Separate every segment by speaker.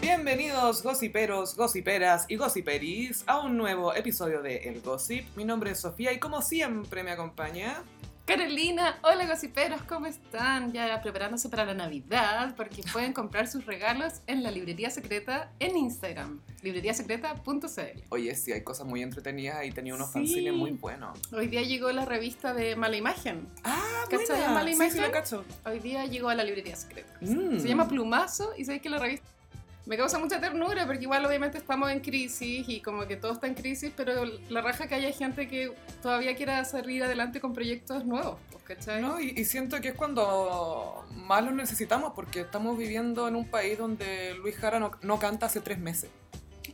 Speaker 1: Bienvenidos gossiperos, gossiperas y gossiperis a un nuevo episodio de El Gossip. Mi nombre es Sofía y como siempre me acompaña...
Speaker 2: Carolina, hola gossiperos, ¿cómo están? Ya preparándose para la Navidad porque pueden comprar sus regalos en la librería secreta en Instagram, libreriasecreta.cl.
Speaker 1: Oye, sí, hay cosas muy entretenidas y tenía unos
Speaker 2: Sí.
Speaker 1: fanzines muy buenos.
Speaker 2: Hoy día llegó la revista de Mala Imagen.
Speaker 1: Ah,
Speaker 2: ¿Cachai?
Speaker 1: buena.
Speaker 2: Mala
Speaker 1: Sí,
Speaker 2: imagen.
Speaker 1: Sí, la cacho.
Speaker 2: Hoy día llegó a la librería secreta.
Speaker 1: Mm.
Speaker 2: Se llama Plumazo y sabéis que la revista me causa mucha ternura porque igual obviamente estamos en crisis y como que todo está en crisis, pero la raja que haya gente que todavía quiera salir adelante con proyectos nuevos, pues, ¿cachai?
Speaker 1: No, y, y siento que es cuando más lo necesitamos porque estamos viviendo en un país donde Luis Jara no, no canta hace tres meses.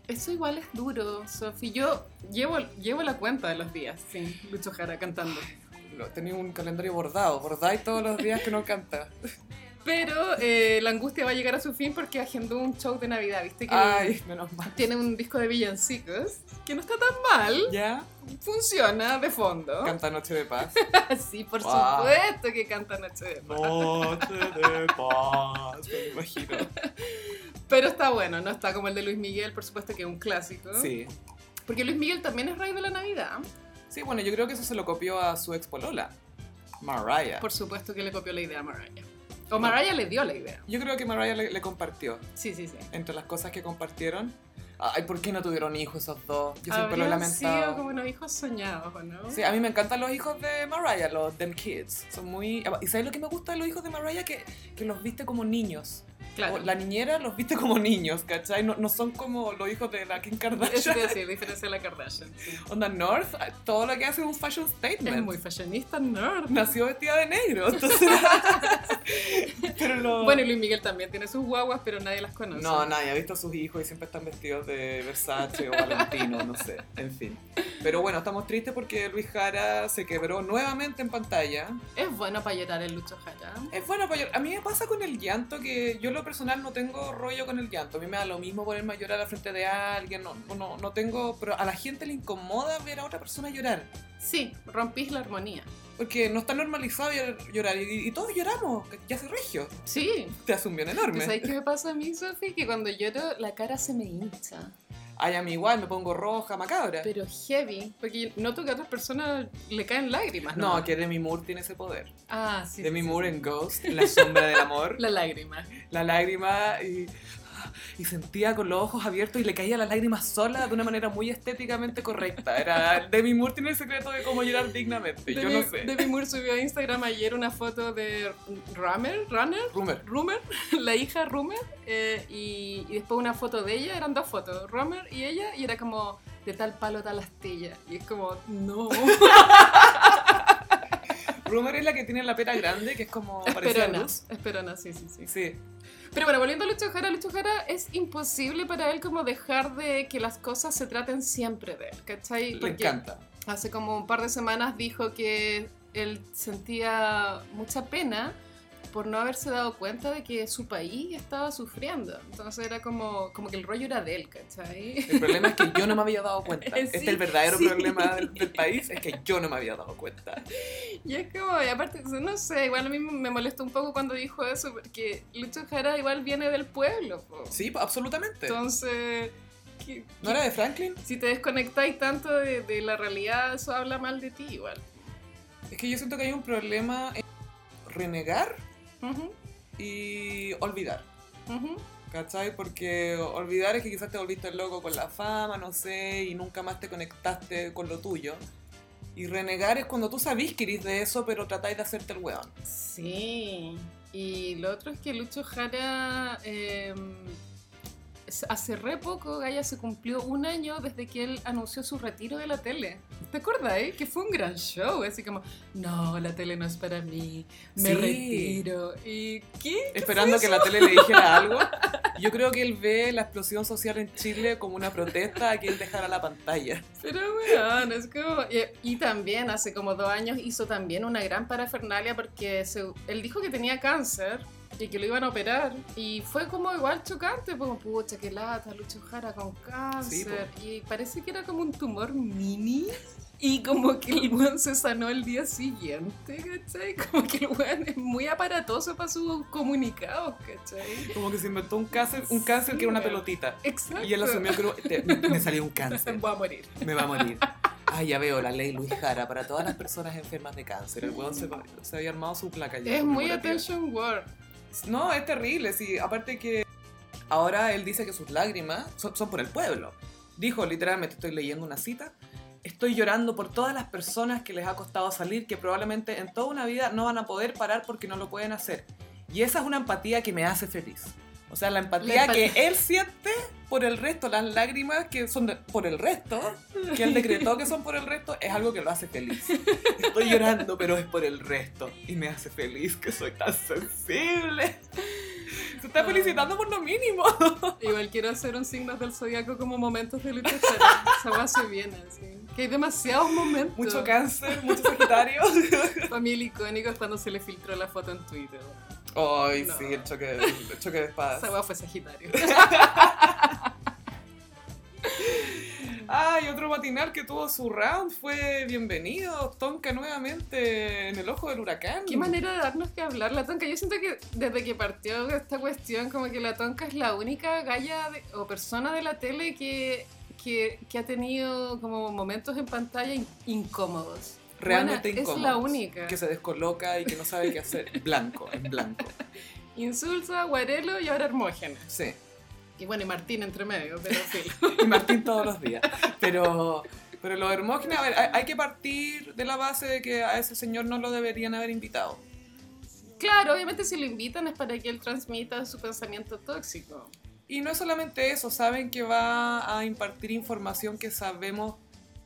Speaker 2: Eso igual es duro, Sofi. Yo llevo, llevo la cuenta de los días sin Lucho Jara cantando.
Speaker 1: Lo- Tenía un calendario bordado, bordáis todos los días que no canta.
Speaker 2: Pero eh, la angustia va a llegar a su fin porque agendó un show de Navidad, ¿viste? Que
Speaker 1: Ay, menos mal.
Speaker 2: tiene un disco de villancicos que no está tan mal,
Speaker 1: ¿Ya?
Speaker 2: funciona de fondo.
Speaker 1: Canta Noche de Paz.
Speaker 2: sí, por
Speaker 1: Wow.
Speaker 2: supuesto que canta Noche de Paz.
Speaker 1: Noche de Paz, me imagino.
Speaker 2: Pero está bueno, no está como el de Luis Miguel, por supuesto que es un clásico.
Speaker 1: Sí.
Speaker 2: Porque Luis Miguel también es rey de la Navidad.
Speaker 1: Sí, bueno, yo creo que eso se lo copió a su ex polola, Mariah.
Speaker 2: Por supuesto que le copió la idea a Mariah. O Mariah le dio la idea.
Speaker 1: Yo creo que Mariah le, le compartió,
Speaker 2: Sí, sí, sí.
Speaker 1: entre las cosas que compartieron. Ay, ¿por qué no tuvieron hijos esos dos? Yo siempre lo he
Speaker 2: Habrían
Speaker 1: lamentado.
Speaker 2: sido como unos hijos soñados, ¿o ¿no?
Speaker 1: Sí, ah, a mí me encantan los hijos de Mariah, los Them Kids. Son muy... ¿Y sabes lo que me gusta de los hijos de Mariah? Que, que los viste como niños.
Speaker 2: claro.
Speaker 1: O La niñera los viste como niños, ¿cachai? No, no son como los hijos de la Kim
Speaker 2: Eso
Speaker 1: Kardashian.
Speaker 2: te decía, diferencia de la Kardashian. sí.
Speaker 1: Onda North, todo lo que hace es un fashion statement.
Speaker 2: Es muy fashionista, nerd.
Speaker 1: Nació vestida de negro, entonces... pero lo...
Speaker 2: Bueno, y Luis Miguel también tiene sus guaguas, pero nadie las conoce.
Speaker 1: No, nadie ha visto a sus hijos y siempre están vestidos de Versace o Valentino, no sé, en fin. Pero bueno, estamos tristes porque Luis Jara se quebró nuevamente en pantalla.
Speaker 2: Es bueno para llorar el Lucho Jara.
Speaker 1: Es bueno, para llorar. a mí me pasa con el llanto que yo en lo personal no tengo rollo con el llanto. A mí me da lo mismo ponerme a llorar al frente de alguien, no, no, no tengo, pero a la gente le incomoda ver a otra persona llorar.
Speaker 2: Sí, rompís la armonía.
Speaker 1: Porque no está normalizado llor- llorar y, y todos lloramos, ya se regio,
Speaker 2: Sí.
Speaker 1: te hace un bien
Speaker 2: ¿Tú
Speaker 1: enorme.
Speaker 2: sabes qué me pasa a mí, Sofi? Que cuando lloro, la cara se me hincha.
Speaker 1: Ay, a mí igual, me pongo roja, macabra.
Speaker 2: Pero heavy. Porque noto que a otras personas le caen lágrimas, ¿no?
Speaker 1: No, que Demi Moore tiene ese poder.
Speaker 2: Ah, sí.
Speaker 1: Demi
Speaker 2: sí, sí,
Speaker 1: Moore
Speaker 2: sí.
Speaker 1: en Ghost, en La sombra del amor,
Speaker 2: La lágrima.
Speaker 1: la lágrima y, y sentía con los ojos abiertos y le caía la lágrima sola de una manera muy estéticamente correcta. Era Demi Moore tiene el secreto de cómo llorar dignamente, yo
Speaker 2: Demi-
Speaker 1: no sé.
Speaker 2: Demi Moore subió a Instagram ayer una foto de Ramer, Runner,
Speaker 1: Rumor.
Speaker 2: Rumer, la hija Rumer, eh, y, y después una foto de ella, eran dos fotos, Rumer y ella, y era como de tal palo tal astilla. Y es como, no,
Speaker 1: Rumor es la que tiene la pera grande, que es como parecía
Speaker 2: esperona,
Speaker 1: luz.
Speaker 2: esperona, sí, sí, sí.
Speaker 1: Sí,
Speaker 2: Pero bueno, volviendo a Lucho Jara, Lucho Jara es imposible para él como dejar de que las cosas se traten siempre de él, ¿cachai?
Speaker 1: le encanta.
Speaker 2: hace como un par de semanas dijo que él sentía mucha pena por no haberse dado cuenta de que su país estaba sufriendo. Entonces era como, como que el rollo era de él, ¿cachai?
Speaker 1: El problema es que yo no me había dado cuenta.
Speaker 2: Eh, Sí,
Speaker 1: este es el verdadero
Speaker 2: sí.
Speaker 1: problema del, del país, es que yo no me había dado cuenta.
Speaker 2: Y es como, y aparte, no sé, igual a mí me molestó un poco cuando dijo eso, porque Lucho Jara igual viene del pueblo. po.
Speaker 1: Sí, absolutamente.
Speaker 2: Entonces, que-
Speaker 1: ¿No era de Franklin?
Speaker 2: si te desconectáis tanto de, de la realidad, eso habla mal de ti igual.
Speaker 1: Es que yo siento que hay un problema en renegar
Speaker 2: Ujú,
Speaker 1: y olvidar.
Speaker 2: ujú.
Speaker 1: ¿Cachai? Porque olvidar es que quizás te volviste loco con la fama, no sé, y nunca más te conectaste con lo tuyo. Y renegar es cuando tú sabís que eres de eso, pero tratáis de hacerte el weón.
Speaker 2: Sí, y lo otro es que Lucho Jara eh, s- hace re poco, Gaya, se cumplió un año desde que él anunció su retiro de la tele. ¿Te acuerdas, eh? Que fue un gran show, así como, no, la tele no es para mí, me
Speaker 1: Sí.
Speaker 2: retiro. ¿Y qué?
Speaker 1: Esperando que la tele le dijera algo. Yo creo que él ve la explosión social en Chile como una protesta a que él dejara la pantalla.
Speaker 2: Pero bueno, es como... Y, y también hace como dos años hizo también una gran parafernalia porque se- él dijo que tenía cáncer y que lo iban a operar. Y fue como igual chocante, como pucha, qué lata, Lucho Jara con cáncer. y parece que era como un tumor mini. Y como que el weón se sanó el día siguiente, ¿cachai? Como que el weón es muy aparatoso para sus comunicados, ¿cachai?
Speaker 1: Como que se inventó un cáncer, un cáncer que era una
Speaker 2: Sí.
Speaker 1: pelotita.
Speaker 2: Exacto.
Speaker 1: Y él asumió que lo- te- me, me salió un cáncer.
Speaker 2: Voy a morir.
Speaker 1: Me va a morir. Ah, ya veo, la ley Luis Jara para todas las personas enfermas de cáncer. El weón se, se había armado su placa ya.
Speaker 2: Es muy
Speaker 1: conmemorativa.
Speaker 2: attention word.
Speaker 1: No, es terrible, sí. Aparte que ahora él dice que sus lágrimas son, son por el pueblo. Dijo, literalmente, estoy leyendo una cita. Estoy llorando por todas las personas que les ha costado salir, que probablemente en toda una vida no van a poder parar porque no lo pueden hacer. Y esa es una empatía que me hace feliz. O sea, la
Speaker 2: La
Speaker 1: empatía
Speaker 2: empatía.
Speaker 1: que él siente por el resto, las lágrimas que son de- por el resto, que él decretó que son por el resto, es algo que lo hace feliz. Estoy llorando, pero es por el resto. Y me hace feliz que soy tan sensible. Se está felicitando por lo mínimo.
Speaker 2: Igual quiero hacer un signo del zodiaco como momentos de lucha Jara. Esa weá se viene, así. Que hay demasiados momentos.
Speaker 1: Mucho cáncer, mucho sagitario.
Speaker 2: Para mí el icónico es cuando se le filtró la foto en Twitter.
Speaker 1: Ay,
Speaker 2: No.
Speaker 1: sí, el choque, el choque de espadas.
Speaker 2: Esa weá fue Sagitario.
Speaker 1: Ay, otro matinal que tuvo su round fue bienvenido, Tonka nuevamente en el ojo del huracán.
Speaker 2: Qué manera de darnos que hablar la tonca. Yo siento que desde que partió esta cuestión, como que la tonca es la única galla de- o persona de la tele que, que, que ha tenido como momentos en pantalla in- incómodos.
Speaker 1: Realmente
Speaker 2: Buena,
Speaker 1: incómodo.
Speaker 2: Es la única.
Speaker 1: Que se descoloca y que no sabe qué hacer. Blanco, en blanco.
Speaker 2: Insulsa, Guarelo y ahora Hermógenes.
Speaker 1: Sí.
Speaker 2: Y bueno, y Martín entre medio, pero sí.
Speaker 1: y Martín todos los días. Pero, pero lo Hermógenes, a ver, hay, hay que partir de la base de que a ese señor no lo deberían haber invitado.
Speaker 2: claro, obviamente si lo invitan es para que él transmita su pensamiento tóxico.
Speaker 1: Y no es solamente eso, saben que va a impartir información que sabemos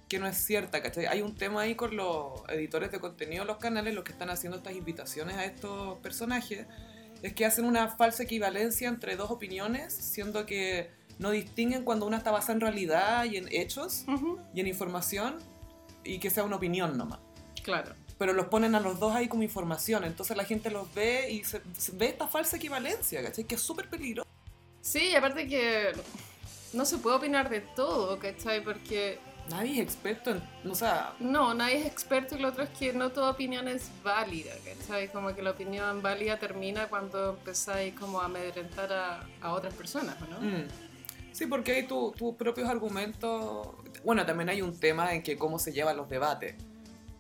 Speaker 1: que no es cierta, ¿cachai? Hay un tema ahí con los editores de contenido, los canales, los que están haciendo estas invitaciones a estos personajes, es que hacen una falsa equivalencia entre dos opiniones, siendo que no distinguen cuando una está basada en realidad y en hechos
Speaker 2: Ujú,
Speaker 1: y en información y que sea una opinión nomás.
Speaker 2: Claro.
Speaker 1: pero los ponen a los dos ahí como información. Entonces la gente los ve y se, se ve esta falsa equivalencia, ¿cachai? Que es súper peligroso.
Speaker 2: Sí, y aparte que no se puede opinar de todo, ¿cachai? Porque
Speaker 1: Nadie es experto en. O sea,
Speaker 2: No, nadie es experto y lo otro es que no toda opinión es válida, ¿cachai? Como que la opinión válida termina cuando empezáis como a amedrentar a, a otras personas, ¿o ¿no?
Speaker 1: mm. sí, porque hay tu- tus propios argumentos. Bueno, también hay un tema en que cómo se llevan los debates.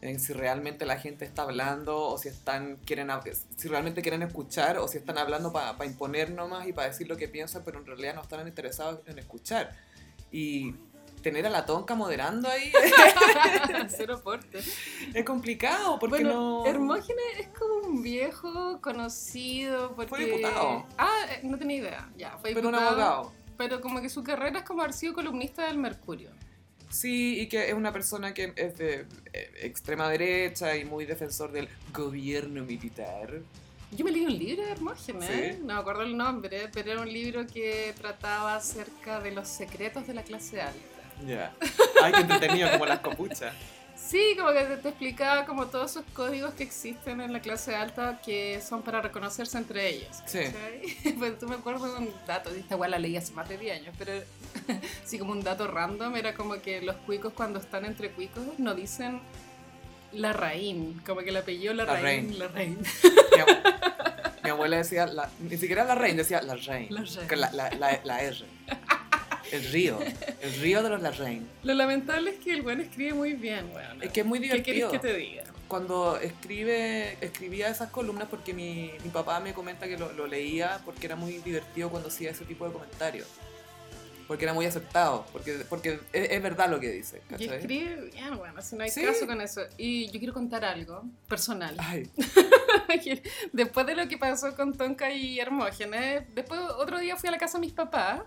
Speaker 1: En si realmente la gente está hablando o si están quieren hab- si realmente quieren escuchar o si están hablando para imponer nomás y para decir lo que piensan, pero en realidad no están interesados en escuchar. Y tener a la tonca moderando ahí
Speaker 2: Cero aporte.
Speaker 1: es complicado porque
Speaker 2: Bueno,
Speaker 1: no
Speaker 2: Hermógenes es como un viejo conocido porque...
Speaker 1: Fue diputado.
Speaker 2: Ah, eh, no tenía idea, ya, fue
Speaker 1: Pero
Speaker 2: diputado.
Speaker 1: un abogado.
Speaker 2: Pero como que su carrera es como haber sido columnista del Mercurio.
Speaker 1: Sí, y que es una persona que es de eh, extrema derecha y muy defensor del gobierno militar.
Speaker 2: Yo me leí un libro de Hermógenes,
Speaker 1: Sí.
Speaker 2: no me acuerdo el nombre, pero era un libro que trataba acerca de los secretos de la clase alta.
Speaker 1: Ya. Ay, que entretenido, como las copuchas.
Speaker 2: Sí, como que te, te explicaba como todos esos códigos que existen en la clase alta que son para reconocerse entre ellos.
Speaker 1: Sí.
Speaker 2: ¿cachai? Pues tú me acuerdo de un dato, y esta igual la leí hace más de 10 años, pero sí como un dato random era como que los cuicos cuando están entre cuicos no dicen la raín, como que el apellido la, raín,
Speaker 1: Larraín.
Speaker 2: la raín.
Speaker 1: Mi, ab- mi abuela decía, la- ni siquiera la reina, decía la reina.
Speaker 2: La reina.
Speaker 1: Con la, la, la- la R. El río. El río de los la reina.
Speaker 2: Lo lamentable es que el buen escribe muy bien, weón.
Speaker 1: Es que es muy
Speaker 2: ¿Qué querés
Speaker 1: divertido.
Speaker 2: que te diga?
Speaker 1: cuando escribe, escribía esas columnas porque mi, mi papá me comenta que lo, lo leía porque era muy divertido cuando hacía ese tipo de comentarios. Porque era muy aceptado, porque, porque es, es verdad lo que dice.
Speaker 2: Y
Speaker 1: ¿cachai?
Speaker 2: escribe bien, bueno, si no hay
Speaker 1: Sí.
Speaker 2: caso con eso. Y yo quiero contar algo personal.
Speaker 1: Ay,
Speaker 2: después de lo que pasó con Tonka y Hermógenes, después otro día fui a la casa de mis papás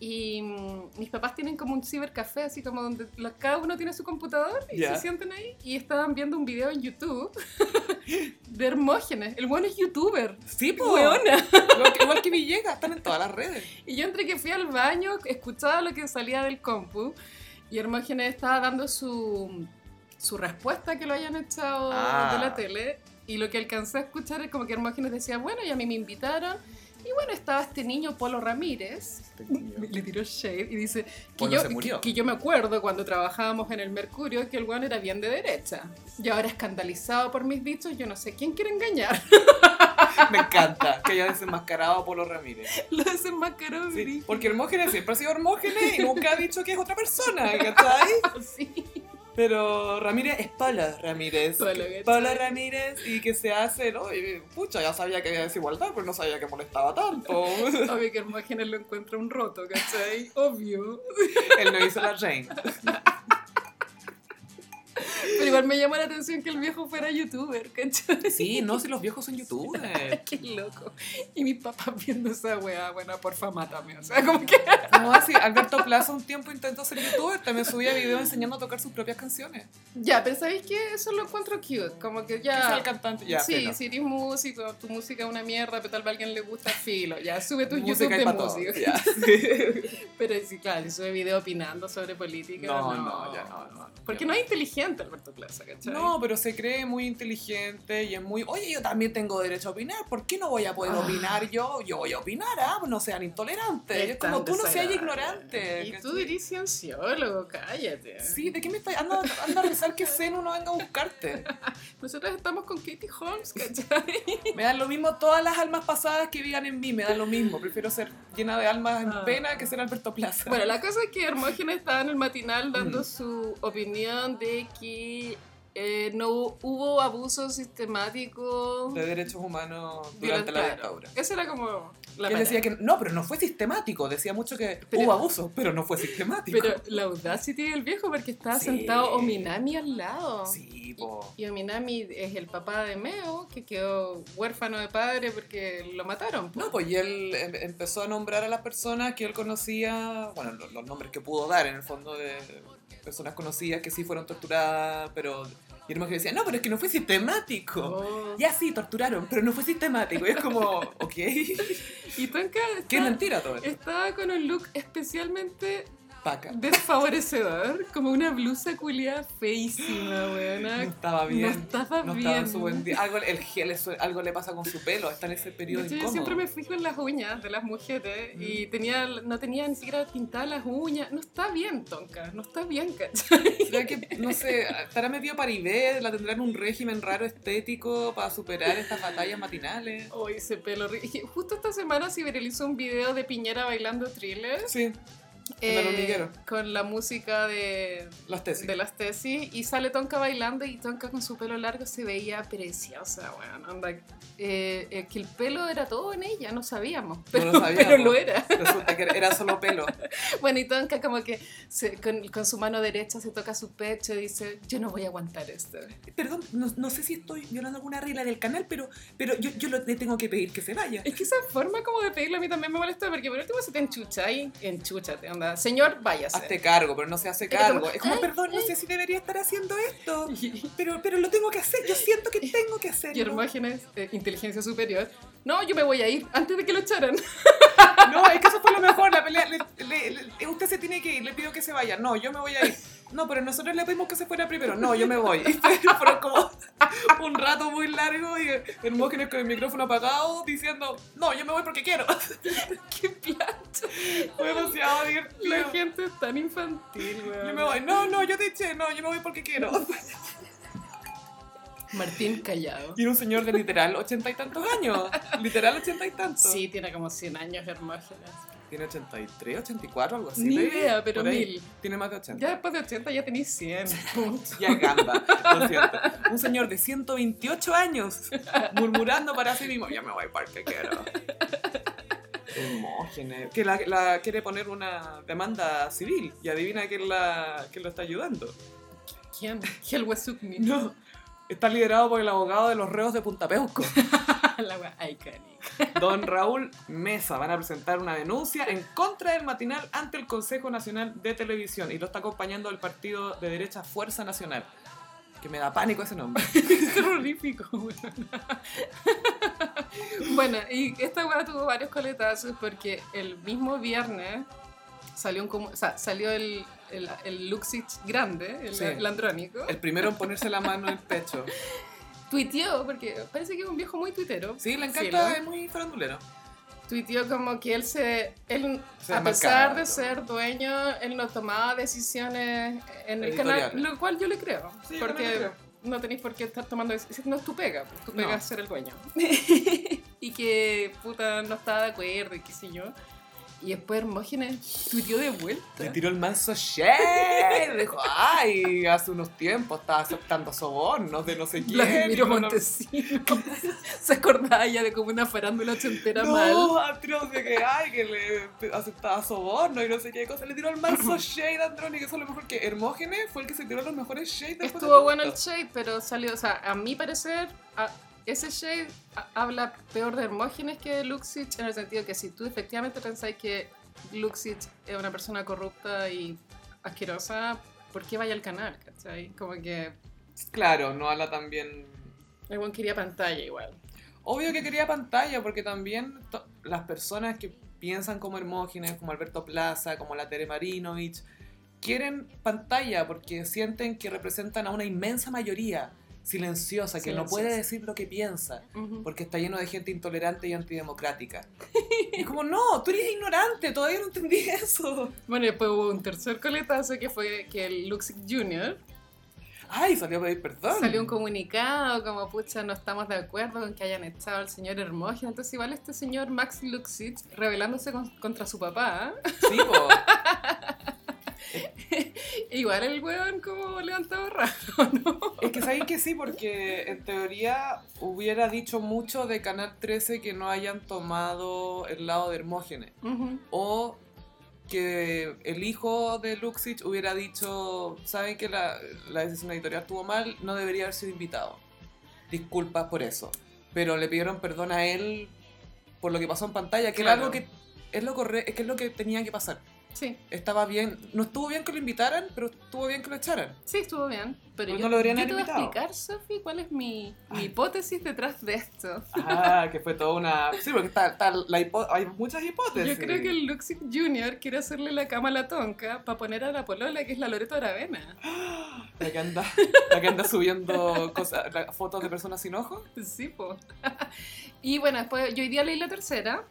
Speaker 2: y mm, mis papás tienen como un cibercafé, así como donde los- cada uno tiene su computador y
Speaker 1: Ya.
Speaker 2: se sienten ahí y estaban viendo un video en YouTube de Hermógenes. El bueno es youtuber.
Speaker 1: sí, po.
Speaker 2: Weona.
Speaker 1: Igual que, igual que Villegas, están en todas las redes.
Speaker 2: Y yo entre que fui al baño, escuchaba lo que salía del compu y Hermógenes estaba dando su, su respuesta que lo hayan echado
Speaker 1: Ah.
Speaker 2: de la tele. Y lo que alcancé a escuchar es como que Hermógenes decía, bueno, y a mí me invitaron bueno, estaba este niño Polo Ramírez,
Speaker 1: Este niño.
Speaker 2: le tiró shade y dice que
Speaker 1: Polo
Speaker 2: yo,
Speaker 1: se murió.
Speaker 2: que- que yo me acuerdo cuando trabajábamos en el Mercurio que el guano era bien de derecha. Y ahora escandalizado por mis dichos, yo no sé quién quiere engañar.
Speaker 1: Me encanta que haya desenmascarado a Polo Ramírez.
Speaker 2: Lo desenmascaró
Speaker 1: Sí,
Speaker 2: brígido.
Speaker 1: porque Hermógenes siempre ha sido Hermógenes y nunca ha dicho que es otra persona, ¿cachai?
Speaker 2: Sí.
Speaker 1: Pero Ramírez es Paula Ramírez.
Speaker 2: Polo, ¿cachai?
Speaker 1: Paula Ramírez y que se hace, ¿no? Y, pucha, ya sabía que había desigualdad, pero no sabía que molestaba tanto.
Speaker 2: Obvio que Hermógenes lo encuentra un roto, ¿cachai? Obvio.
Speaker 1: Él no hizo la Jane.
Speaker 2: Pero igual me llama la atención que el viejo fuera youtuber, ¿cachai?
Speaker 1: Sí, no, si los viejos son youtubers.
Speaker 2: Qué loco. Y mis papás viendo esa weá, bueno, porfa, mátame. O sea, como que.
Speaker 1: No, así, Alberto Plaza un tiempo intentó ser youtuber, también subía videos enseñando a tocar sus propias canciones.
Speaker 2: Ya, pero ¿sabéis qué? Eso lo encuentro cute. Como que
Speaker 1: Que sea
Speaker 2: ya.
Speaker 1: el cantante. Ya,
Speaker 2: sí,
Speaker 1: filo.
Speaker 2: si eres músico, tu música es una mierda, pero tal vez a alguien le gusta filo. Ya, sube tu
Speaker 1: Música
Speaker 2: YouTube
Speaker 1: hay
Speaker 2: de
Speaker 1: pa' todos,
Speaker 2: música.
Speaker 1: ya.
Speaker 2: Pero sí, claro, si sube video opinando sobre política.
Speaker 1: No, no, ya no, no,
Speaker 2: Porque
Speaker 1: ya
Speaker 2: no es inteligente Alberto Plaza, ¿cachai?
Speaker 1: No, pero se cree muy inteligente y es muy, oye, yo también tengo derecho a opinar, ¿por qué no voy a poder
Speaker 2: Ah.
Speaker 1: opinar yo? Yo voy a opinar, ¿ah? No sean intolerantes.
Speaker 2: Es
Speaker 1: Es como
Speaker 2: tan
Speaker 1: tú no seas
Speaker 2: desagradable.
Speaker 1: ignorante.
Speaker 2: Y
Speaker 1: ¿cachai?
Speaker 2: tú dirías cienciólogo, cállate.
Speaker 1: Sí, ¿de qué me estás? Anda, anda a rezar que Zen uno venga a buscarte.
Speaker 2: Nosotros estamos con Katie Holmes, ¿cachai?
Speaker 1: Me dan lo mismo todas las almas pasadas que vivan en mí, me dan lo mismo. Prefiero ser llena de almas en
Speaker 2: Ah.
Speaker 1: pena que ser Alberto Plaza.
Speaker 2: Bueno, la cosa es que Hermógenes estaba en el matinal dando
Speaker 1: Mm.
Speaker 2: su opinión de que eh, no hubo- hubo abuso sistemático
Speaker 1: de derechos humanos
Speaker 2: violento.
Speaker 1: durante la dictadura.
Speaker 2: Esa era como la
Speaker 1: Él decía
Speaker 2: palabra.
Speaker 1: que no, pero no fue sistemático. Decía mucho que
Speaker 2: Pero-
Speaker 1: hubo abusos, pero no fue sistemático.
Speaker 2: Pero la audacity del viejo porque estaba
Speaker 1: Sí.
Speaker 2: sentado Ominami al lado.
Speaker 1: sí, po.
Speaker 2: Y Ominami es el papá de Meo, que quedó huérfano de padre porque lo mataron. po.
Speaker 1: No, pues y él em- empezó a nombrar a las personas que él conocía, bueno, lo- los, nombres que pudo dar en el fondo de personas conocidas que sí fueron torturadas, pero y hermano que decía, no, pero es que no fue sistemático.
Speaker 2: Oh.
Speaker 1: Ya sí, torturaron, pero no fue sistemático. Y es como, ok, qué
Speaker 2: Y Tonka
Speaker 1: es
Speaker 2: está-
Speaker 1: mentira todo esto.
Speaker 2: estaba con un look especialmente
Speaker 1: Paca.
Speaker 2: desfavorecedor, como una blusa culiada feísima,
Speaker 1: No
Speaker 2: weona.
Speaker 1: estaba bien.
Speaker 2: No estaba
Speaker 1: No
Speaker 2: bien.
Speaker 1: estaba en su buen día. Algo, el gel, es- algo le pasa con su pelo. Está en ese
Speaker 2: De
Speaker 1: periodo
Speaker 2: hecho, yo
Speaker 1: incómodo. Mm.
Speaker 2: siempre me fijo en las uñas de las mujeres y tenía, no tenía ni siquiera pintadas las uñas. No está bien, Tonka, no está bien, ¿cachai?
Speaker 1: ¿Será que, no sé, estará metido Paribet? ¿La tendrán un régimen raro estético para superar estas batallas matinales?
Speaker 2: Oh, ese pelo ri- y Justo esta semana se viralizó un video de Piñera bailando thriller eh,
Speaker 1: Sí, En el hormiguero.
Speaker 2: con la música de,
Speaker 1: las tesis.
Speaker 2: de las tesis y sale Tonka bailando y Tonka con su pelo largo se veía preciosa, weón. onda, eh, eh, que el pelo era todo en ella, no sabíamos, pero,
Speaker 1: lo sabíamos.
Speaker 2: pero lo era.
Speaker 1: Resulta que era solo pelo.
Speaker 2: Bueno, y Tonka como que se- con, con su mano derecha se toca su pecho y dice, yo no voy a aguantar esto.
Speaker 1: Perdón, no, no sé si estoy violando alguna regla del canal, pero, pero yo, yo lo- le tengo que pedir que se vaya.
Speaker 2: Es que esa forma como de pedirlo a mí también me molesta porque por último se te enchucha y enchúchate, onda, señor, váyase.
Speaker 1: Hazte cargo, pero no se hace
Speaker 2: Pero
Speaker 1: cargo.
Speaker 2: como,
Speaker 1: Es como,
Speaker 2: ay,
Speaker 1: perdón, no
Speaker 2: ay.
Speaker 1: sé si debería estar haciendo esto, pero, pero lo tengo que hacer. Yo siento que tengo que
Speaker 2: Y
Speaker 1: hacerlo.
Speaker 2: Hermógenes, eh, inteligencia superior, no, yo me voy a ir antes de que lo echaran.
Speaker 1: No, es que eso fue lo mejor. La pelea, le- le- le- usted se tiene que ir, le pido que se vaya. No, yo me voy a ir. No, pero nosotros le pedimos que se fuera primero. No, yo me voy. Y fueron como un rato muy largo y Hermógenes con el micrófono apagado diciendo, no, yo me voy porque quiero.
Speaker 2: ¡Qué plancha!
Speaker 1: Fue demasiado
Speaker 2: La
Speaker 1: divertido.
Speaker 2: gente es tan infantil, weón.
Speaker 1: Yo me voy. No, no, yo te eché. No, yo me voy porque quiero.
Speaker 2: Martín Callado.
Speaker 1: Y era un señor de literal ochenta y tantos años. Literal ochenta y tantos.
Speaker 2: Sí, tiene como 100 años Hermógenes.
Speaker 1: Tiene 83, 84, algo así.
Speaker 2: Ni
Speaker 1: leí,
Speaker 2: idea, pero
Speaker 1: por ahí.
Speaker 2: mil.
Speaker 1: Tiene más de 80.
Speaker 2: Ya después de 80 ya tenéis 100. punto.
Speaker 1: Ya gamba, lo siento. Un señor de 128 años murmurando para sí mismo, ya me voy porque quiero. Hermógenes. Que la, la quiere poner una demanda civil y adivina quién, la, quién lo está ayudando.
Speaker 2: ¿Quién? Hel Wasukni.
Speaker 1: No, está liderado por el abogado de los reos de Punta Peuco,
Speaker 2: Ah, La wea icónica.
Speaker 1: don Raúl Mesa. Van a presentar una denuncia en contra del matinal ante el Consejo Nacional de Televisión y lo está acompañando el partido de derecha Fuerza Nacional. Que me da pánico ese nombre.
Speaker 2: Es terrorífico, weón. Bueno, y esta wea tuvo varios coletazos porque el mismo viernes salió, un, comu- o sea, salió el, el, el Luxich grande, el,
Speaker 1: Sí.
Speaker 2: el andrónico.
Speaker 1: El primero en ponerse la mano en el pecho.
Speaker 2: Tuiteó, porque parece que es un viejo muy tuitero.
Speaker 1: Sí, le
Speaker 2: Filo.
Speaker 1: encanta, es muy farandulero.
Speaker 2: tuiteó como que él se, él,
Speaker 1: Se
Speaker 2: a
Speaker 1: desmarcaba,
Speaker 2: pesar de
Speaker 1: ¿no?
Speaker 2: ser dueño, él no tomaba decisiones en el canal,
Speaker 1: Editoriales.
Speaker 2: lo cual yo le creo,
Speaker 1: Sí, yo también le
Speaker 2: porque
Speaker 1: creo.
Speaker 2: no tenéis por qué estar tomando decisiones, no es tu pega, pues, tu
Speaker 1: No.
Speaker 2: pega es ser el dueño. y que puta no estaba de acuerdo y qué sé yo. Y después Hermógenes tuiteó de vuelta.
Speaker 1: Le tiró el manso shade. Dijo, ay, hace unos tiempos estaba aceptando sobornos de no sé quién.
Speaker 2: Vladimiro
Speaker 1: Y cuando-
Speaker 2: Montesinos se acordaba ya de como una farándula ochentera mal.
Speaker 1: No, atroz de que ay, que le aceptaba soborno y no sé qué cosa. Le tiró el manso shade a Andrónico, que eso es lo mejor que Hermógenes fue el que se tiró los mejores shades después de
Speaker 2: Estuvo
Speaker 1: todo
Speaker 2: bueno el
Speaker 1: esto.
Speaker 2: shade, pero salió, o sea, a mi parecer, a- ese shade a- habla peor de Hermógenes que de Luxich, en el sentido que si tú efectivamente pensáis que Luxich es una persona corrupta y asquerosa, ¿por qué vaya al canal? ¿Cachai? Como que
Speaker 1: Claro, no habla también.
Speaker 2: el buen quería pantalla igual.
Speaker 1: Obvio que quería pantalla, porque también to- las personas que piensan como Hermógenes, como Alberto Plaza, como la Tere Marinovich, quieren pantalla porque sienten que representan a una inmensa mayoría silenciosa, que no puede
Speaker 2: Silenciosa.
Speaker 1: decir lo que piensa.
Speaker 2: Ujú.
Speaker 1: porque está lleno de gente intolerante y antidemocrática. Y es como, no, tú eres ignorante, todavía no entendí eso.
Speaker 2: Bueno, y después hubo un tercer coletazo que fue que el Luxich Jr.
Speaker 1: Ay, salió a pedir perdón.
Speaker 2: Salió un comunicado como, pucha, no estamos de acuerdo con que hayan echado al señor Hermógenes. Entonces igual este señor Max Luxich rebelándose con- contra su papá.
Speaker 1: Sí, po.
Speaker 2: Igual el weón como levantado raja.
Speaker 1: Es que sabéis que sí, porque en teoría hubiera dicho mucho de Canal 13 que no hayan tomado el lado de Hermógenes. O que el hijo de Luxich hubiera dicho, saben que la, la decisión editorial estuvo mal, no debería haber sido invitado. Disculpas por eso. Pero le pidieron perdón a él por lo que pasó en pantalla, que
Speaker 2: Claro.
Speaker 1: era algo que es lo, corre que es lo que tenía que pasar.
Speaker 2: Sí,
Speaker 1: Estaba bien, no estuvo bien que lo invitaran, pero estuvo bien que lo echaran.
Speaker 2: sí, estuvo bien. Pero
Speaker 1: Pues
Speaker 2: yo,
Speaker 1: no lo deberían
Speaker 2: yo
Speaker 1: haber
Speaker 2: te voy a
Speaker 1: invitado.
Speaker 2: explicar, Sofi, cuál es mi, mi
Speaker 1: Ay.
Speaker 2: hipótesis detrás de esto.
Speaker 1: Ah, que fue toda una... Sí, porque está, está la hipo- hay muchas hipótesis.
Speaker 2: Yo creo que el Luxig Jr. quiere hacerle la cama a la tonca para poner a la polola, que es la Loreto Aravena.
Speaker 1: La que anda, la que anda subiendo cosas, la- fotos de personas sin ojos.
Speaker 2: Sí, po. Y bueno, después yo hoy día leí la tercera.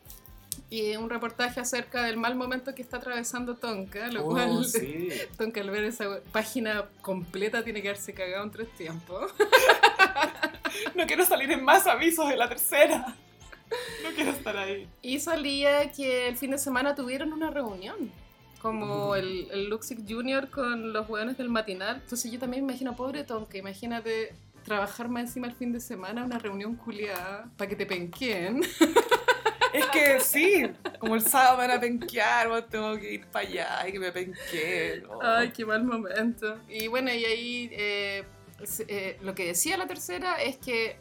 Speaker 2: Y un reportaje acerca del mal momento que está atravesando Tonka, lo
Speaker 1: Oh,
Speaker 2: cual
Speaker 1: sí.
Speaker 2: Tonka al ver esa página completa tiene que haberse cagado en tres tiempos.
Speaker 1: No quiero salir en más avisos de la tercera. No quiero estar ahí.
Speaker 2: Y salía que el fin de semana tuvieron una reunión,
Speaker 1: Ujú.
Speaker 2: como el, el Luxic Junior con los hueones del matinal. Entonces yo también me imagino, pobre Tonka, imagínate trabajar más encima el fin de semana, una reunión culiada, para que te penqueen.
Speaker 1: Es que sí, como el sábado me van a penquear, bueno, tengo que ir para allá y que me penqueen. oh.
Speaker 2: Ay, qué mal momento. Y bueno, y ahí eh, se- eh, lo que decía la tercera es que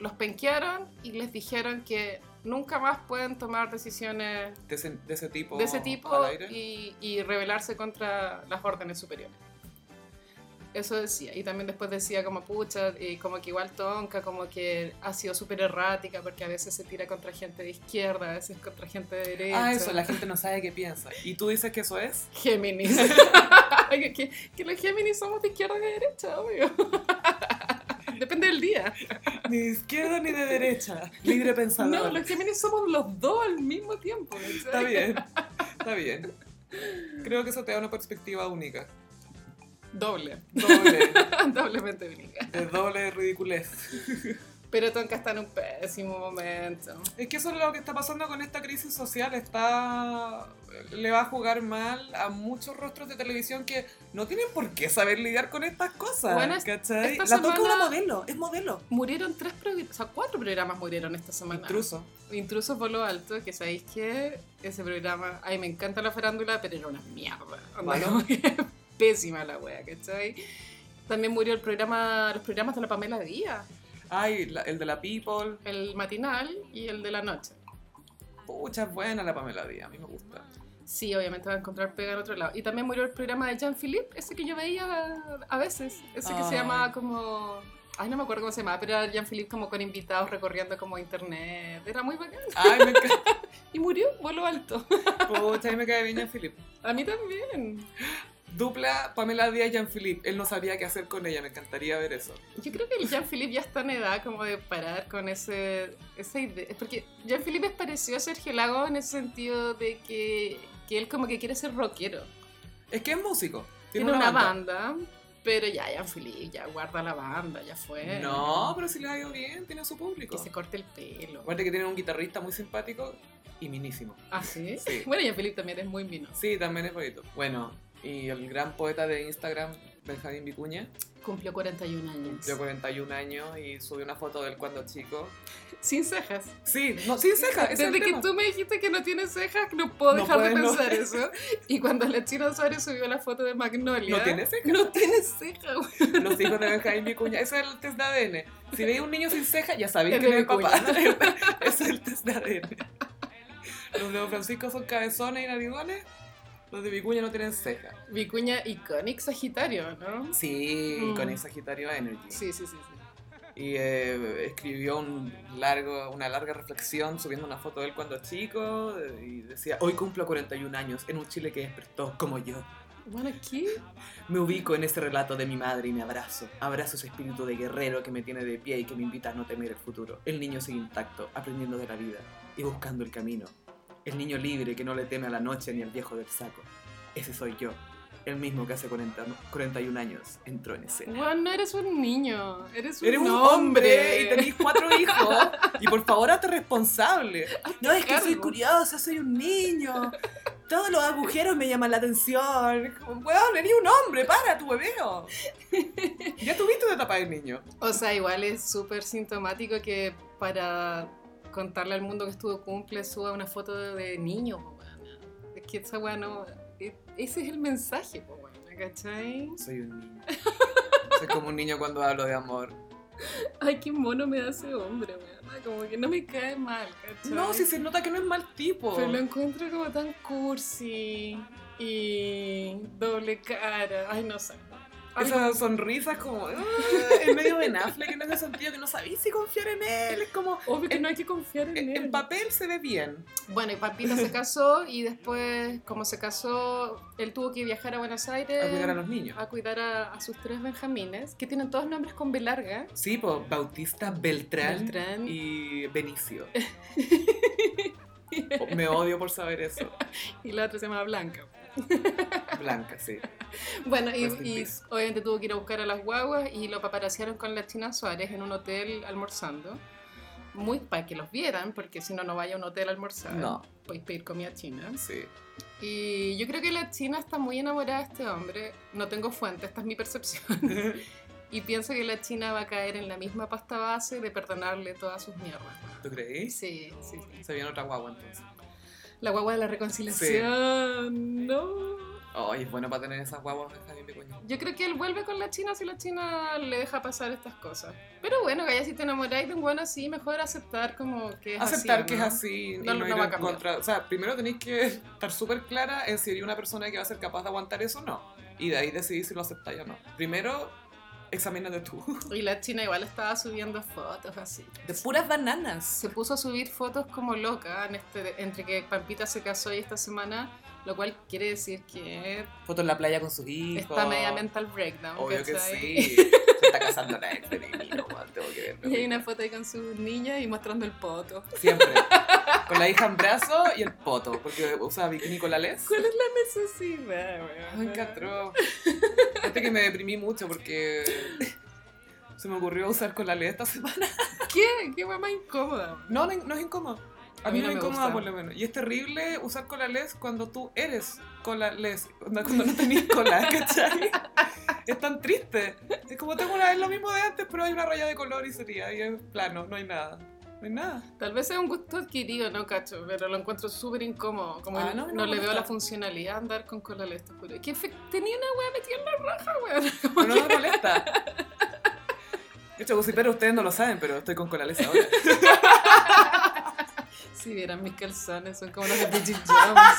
Speaker 2: los penquearon y les dijeron que nunca más pueden tomar decisiones
Speaker 1: de, ese, de ese tipo.
Speaker 2: de ese tipo
Speaker 1: al aire.
Speaker 2: y, y rebelarse contra las órdenes superiores. Eso decía. Y también después decía como pucha, y como que igual tonca, como que ha sido súper errática porque a veces se tira contra gente de izquierda, a veces contra gente de derecha.
Speaker 1: Ah, eso, la gente no sabe qué piensa. ¿Y tú dices que eso es?
Speaker 2: Géminis. que, que- que los Géminis somos de izquierda y de derecha, obvio. Depende del día.
Speaker 1: Ni de izquierda ni de derecha. Libre
Speaker 2: No,
Speaker 1: pensador.
Speaker 2: los Géminis somos los dos al mismo tiempo. ¿cachai?
Speaker 1: Está bien, está bien. Creo que eso te da una perspectiva única.
Speaker 2: Doble.
Speaker 1: Doble,
Speaker 2: Doblemente única.
Speaker 1: de doble de ridiculez.
Speaker 2: Pero Tonka está en un pésimo momento.
Speaker 1: Es que eso es lo que está pasando con esta crisis social. Está le va a jugar mal a muchos rostros de televisión que no tienen por qué saber lidiar con estas cosas.
Speaker 2: Bueno, es-
Speaker 1: ¿cachai?
Speaker 2: esta
Speaker 1: La toca
Speaker 2: semana-
Speaker 1: una modelo, es modelo.
Speaker 2: Murieron tres programas, o sea, cuatro programas murieron esta semana.
Speaker 1: Intruso.
Speaker 2: Intruso por lo alto, que sabéis que ese programa, ay, me encanta la farándula, pero era una mierda. Onda,
Speaker 1: Malo.
Speaker 2: como que Pésima la wea, ¿cachai? También murió el programa, los programas de la Pamela Díaz,
Speaker 1: Ay, la- el de la People.
Speaker 2: el matinal y el de la noche.
Speaker 1: Pucha, es buena la Pamela Díaz, a mí me gusta.
Speaker 2: Sí, obviamente va a encontrar pega en otro lado. Y también murió el programa de Jean-Philippe, ese que yo veía a veces. Ese que se
Speaker 1: Ah.
Speaker 2: llamaba como... Ay, no me acuerdo cómo se llamaba, pero era Jean-Philippe como con invitados recorriendo como internet. Era muy bacán.
Speaker 1: Ay, me encanta.
Speaker 2: Y murió, vuelo alto.
Speaker 1: Pucha, ahí me cae bien Philip.
Speaker 2: A mí también.
Speaker 1: Dupla Pamela Díaz Jean-Philippe. Él no sabría qué hacer con ella, me encantaría ver eso.
Speaker 2: Yo creo que el Jean-Philippe ya está en edad como de parar con ese, esa idea. Porque Jean-Philippe es parecido a Sergio Lago en ese sentido de que, que él como que quiere ser rockero.
Speaker 1: Es que es músico.
Speaker 2: Tiene, una, banda. pero ya Jean-Philippe ya guarda la banda, ya fue.
Speaker 1: No, pero si le ha ido bien, tiene a su público.
Speaker 2: eh. Que se corte el pelo.
Speaker 1: Acuérdate que tiene un guitarrista muy simpático y minísimo.
Speaker 2: ¿Ah, sí?
Speaker 1: Sí.
Speaker 2: Bueno, Jean-Philippe también es muy mino.
Speaker 1: Sí, también es bonito. Bueno, y el gran poeta de Instagram, Benjamín Vicuña,
Speaker 2: Cumplió 41 años.
Speaker 1: de 41 años y subió una foto de él cuando chico.
Speaker 2: Sin cejas.
Speaker 1: Sí, no, sin cejas. ese es el
Speaker 2: Desde que
Speaker 1: tema.
Speaker 2: tú me dijiste que no tiene cejas, no puedo
Speaker 1: No
Speaker 2: dejar de
Speaker 1: puedes, no.
Speaker 2: pensar eso. Y cuando la China Suárez subió la foto de Magnolia.
Speaker 1: No tiene cejas.
Speaker 2: No tiene cejas, güey.
Speaker 1: Los hijos de Benjamín Vicuña. Ese es el test de ADN. Si veis un niño sin cejas, ya sabéis
Speaker 2: Es
Speaker 1: que es
Speaker 2: de
Speaker 1: el papá.
Speaker 2: Vicuña.
Speaker 1: Ese es el test de ADN. Los de Don Francisco son cabezones y narigones. Los de Vicuña no tienen cejas.
Speaker 2: Vicuña Iconic Sagitario, ¿no?
Speaker 1: Sí,
Speaker 2: Mm.
Speaker 1: con el Sagitario Energy.
Speaker 2: Sí, sí, sí. sí.
Speaker 1: Y eh, escribió un largo, una larga reflexión subiendo una foto de él cuando chico eh, y decía, hoy cumplo 41 años en un Chile que despertó como yo.
Speaker 2: Bueno, aquí
Speaker 1: Me ubico en ese relato de mi madre y me abrazo. Abrazo ese espíritu de guerrero que me tiene de pie y que me invita a no temer el futuro. El niño sigue intacto, aprendiendo de la vida y buscando el camino. El niño libre que no le teme a la noche ni al viejo del saco. Ese soy yo. El mismo que hace 40 41 años entró en escena.
Speaker 2: Juan, no eres un niño, eres un
Speaker 1: Eres un hombre, y tenés cuatro hijos. Y por favor, hazte responsable. No, es que soy
Speaker 2: cargo.
Speaker 1: curioso, soy un niño. Todos los agujeros me llaman la atención. Como, Weón, eres un hombre, para tu hueveo. Ya tuviste una etapa de niño.
Speaker 2: O sea, igual es súper sintomático que para contarle al mundo que estuvo cumple suba una foto de niño, po, weona. Es que esa weá no. e- Ese es el mensaje, po, weona, ¿cachai?
Speaker 1: Soy un niño. Soy como un niño cuando hablo de amor.
Speaker 2: Ay, qué mono me da ese hombre, weón. Como que no me cae mal, ¿cachai?
Speaker 1: No, si se nota que no es mal tipo.
Speaker 2: Pero Pues lo encuentro como tan cursi y doble cara. Ay, no sé. Ay,
Speaker 1: Esas sonrisas como... "Ah", en medio de nafle que no hace sentido, que no sabéis si confiar en él. Es como...
Speaker 2: Obvio que no hay que confiar en él.
Speaker 1: En papel se ve bien.
Speaker 2: Bueno, y Papita se casó y después, como se casó, él tuvo que viajar a Buenos Aires
Speaker 1: A cuidar a los niños.
Speaker 2: a cuidar a- a sus tres benjamines, que tienen todos nombres con B larga.
Speaker 1: Sí, po, Bautista Beltrán,
Speaker 2: Beltrán.
Speaker 1: y Benicio. O- Me odio por saber eso.
Speaker 2: Y la otra se llama Blanca.
Speaker 1: Blanca, sí.
Speaker 2: Bueno, y,
Speaker 1: Rest in
Speaker 2: y
Speaker 1: peace.
Speaker 2: obviamente tuvo que ir a buscar a las guaguas y lo paparaciaron con la China Suárez en un hotel almorzando. Muy para que los vieran, porque si no, no vaya a un hotel a almorzar.
Speaker 1: No,
Speaker 2: Podéis pedir comida china.
Speaker 1: sí.
Speaker 2: Y yo creo que la China está muy enamorada de este hombre. No tengo fuente, esta es mi percepción. Y pienso que la China va a caer en la misma pasta base de perdonarle todas sus mierdas.
Speaker 1: ¿Tú creís?
Speaker 2: Sí, sí, sí.
Speaker 1: Se viene otra guagua entonces.
Speaker 2: La guagua de la reconciliación. No.
Speaker 1: Ay, es bueno para tener esas guaguas, Benjamín Vicuña.
Speaker 2: Yo creo que él vuelve con la China si la China le deja pasar estas cosas. Pero bueno, Gaya, si te enamoráis de un bueno así, mejor aceptar como que es
Speaker 1: Aceptar
Speaker 2: así,
Speaker 1: que es
Speaker 2: ¿no?
Speaker 1: así y no,
Speaker 2: No, no, no
Speaker 1: ir
Speaker 2: va a
Speaker 1: en
Speaker 2: cambiar.
Speaker 1: contra. O sea, primero tenéis que estar súper clara en si eres una persona que va a ser capaz de aguantar eso o no. Y de ahí decidir si lo aceptáis o no. Primero, examínate tú.
Speaker 2: Y la China igual estaba subiendo fotos así.
Speaker 1: De puras bananas.
Speaker 2: se puso a subir fotos como loca en este, entre que Pampita se casó y esta semana, lo cual quiere decir que
Speaker 1: Foto en la playa con sus hijos.
Speaker 2: está media mental breakdown.
Speaker 1: Obvio que
Speaker 2: ¿cachai?
Speaker 1: sí. Se está casando la ex de mi amigo, weón, tengo que verlo.
Speaker 2: Y hay una foto ahí con sus niñas y mostrando el poto.
Speaker 1: Siempre. Con la hija en brazo y el poto, porque usa bikini con la les.
Speaker 2: ¿Cuál es la necesidad, weón?
Speaker 1: Ay, qué atroz. Fíjate que me deprimí mucho porque se me ocurrió usar con la les esta semana.
Speaker 2: ¿Qué? ¿Qué weón más incómoda? weón.
Speaker 1: No, no, no es incómodo. A mí, no, me incomoda
Speaker 2: gusta.
Speaker 1: por lo menos. Y es terrible usar cola les cuando tú eres cola les. onda, Cuando no tenés cola, ¿cachai? Es tan triste. Es como tengo una es lo mismo de antes, pero hay una raya de color y sería. Y es plano, no hay nada. No hay nada.
Speaker 2: Tal vez sea un gusto adquirido, ¿no, cacho? Pero lo encuentro súper incómodo. Como
Speaker 1: Ah, no,
Speaker 2: no,
Speaker 1: no
Speaker 2: no
Speaker 1: me
Speaker 2: le veo
Speaker 1: gusta.
Speaker 2: la funcionalidad andar con cola lesta, juro. Que fe- tenía una weá metida en la raja, weón.
Speaker 1: Pero no me molesta. De hecho, sí, pero ustedes no lo saben, pero estoy con cola les ahora.
Speaker 2: Si vieran mis calzones, son como los de Bridget Jones.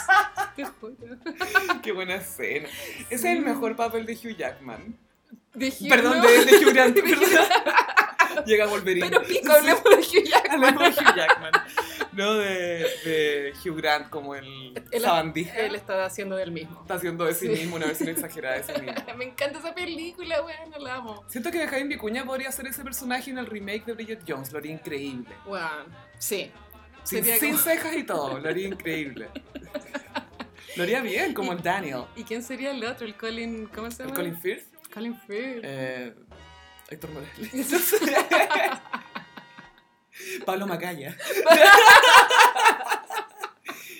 Speaker 2: Te juro.
Speaker 1: Qué buena escena. Ese es el mejor papel de Hugh Jackman.
Speaker 2: De Hugh,
Speaker 1: Perdón,
Speaker 2: no.
Speaker 1: de, de Hugh Grant. perdón. Llega Wolverine.
Speaker 2: Pero pico, hablemos de Hugh Jackman.
Speaker 1: Hablemos de Hugh Jackman. ¿no? De, de Hugh Grant como el
Speaker 2: Él-
Speaker 1: sabandija.
Speaker 2: Él está haciendo del mismo.
Speaker 1: Está haciendo de sí,
Speaker 2: Sí.
Speaker 1: mismo una versión exagerada de sí mismo.
Speaker 2: Me encanta esa película, weón, la amo.
Speaker 1: Siento que Jaime Vicuña podría ser ese personaje en el remake de Bridget Jones, lo haría increíble.
Speaker 2: Weón, sí.
Speaker 1: Sin,
Speaker 2: Sería
Speaker 1: sin
Speaker 2: como-
Speaker 1: cejas y todo, lo haría increíble. Lo haría bien, como el Daniel.
Speaker 2: ¿Y quién sería el otro? El Colin, ¿cómo se
Speaker 1: El
Speaker 2: llama?
Speaker 1: Colin Firth,
Speaker 2: Colin Firth.
Speaker 1: eh, Héctor Morales. Pablo Macaya.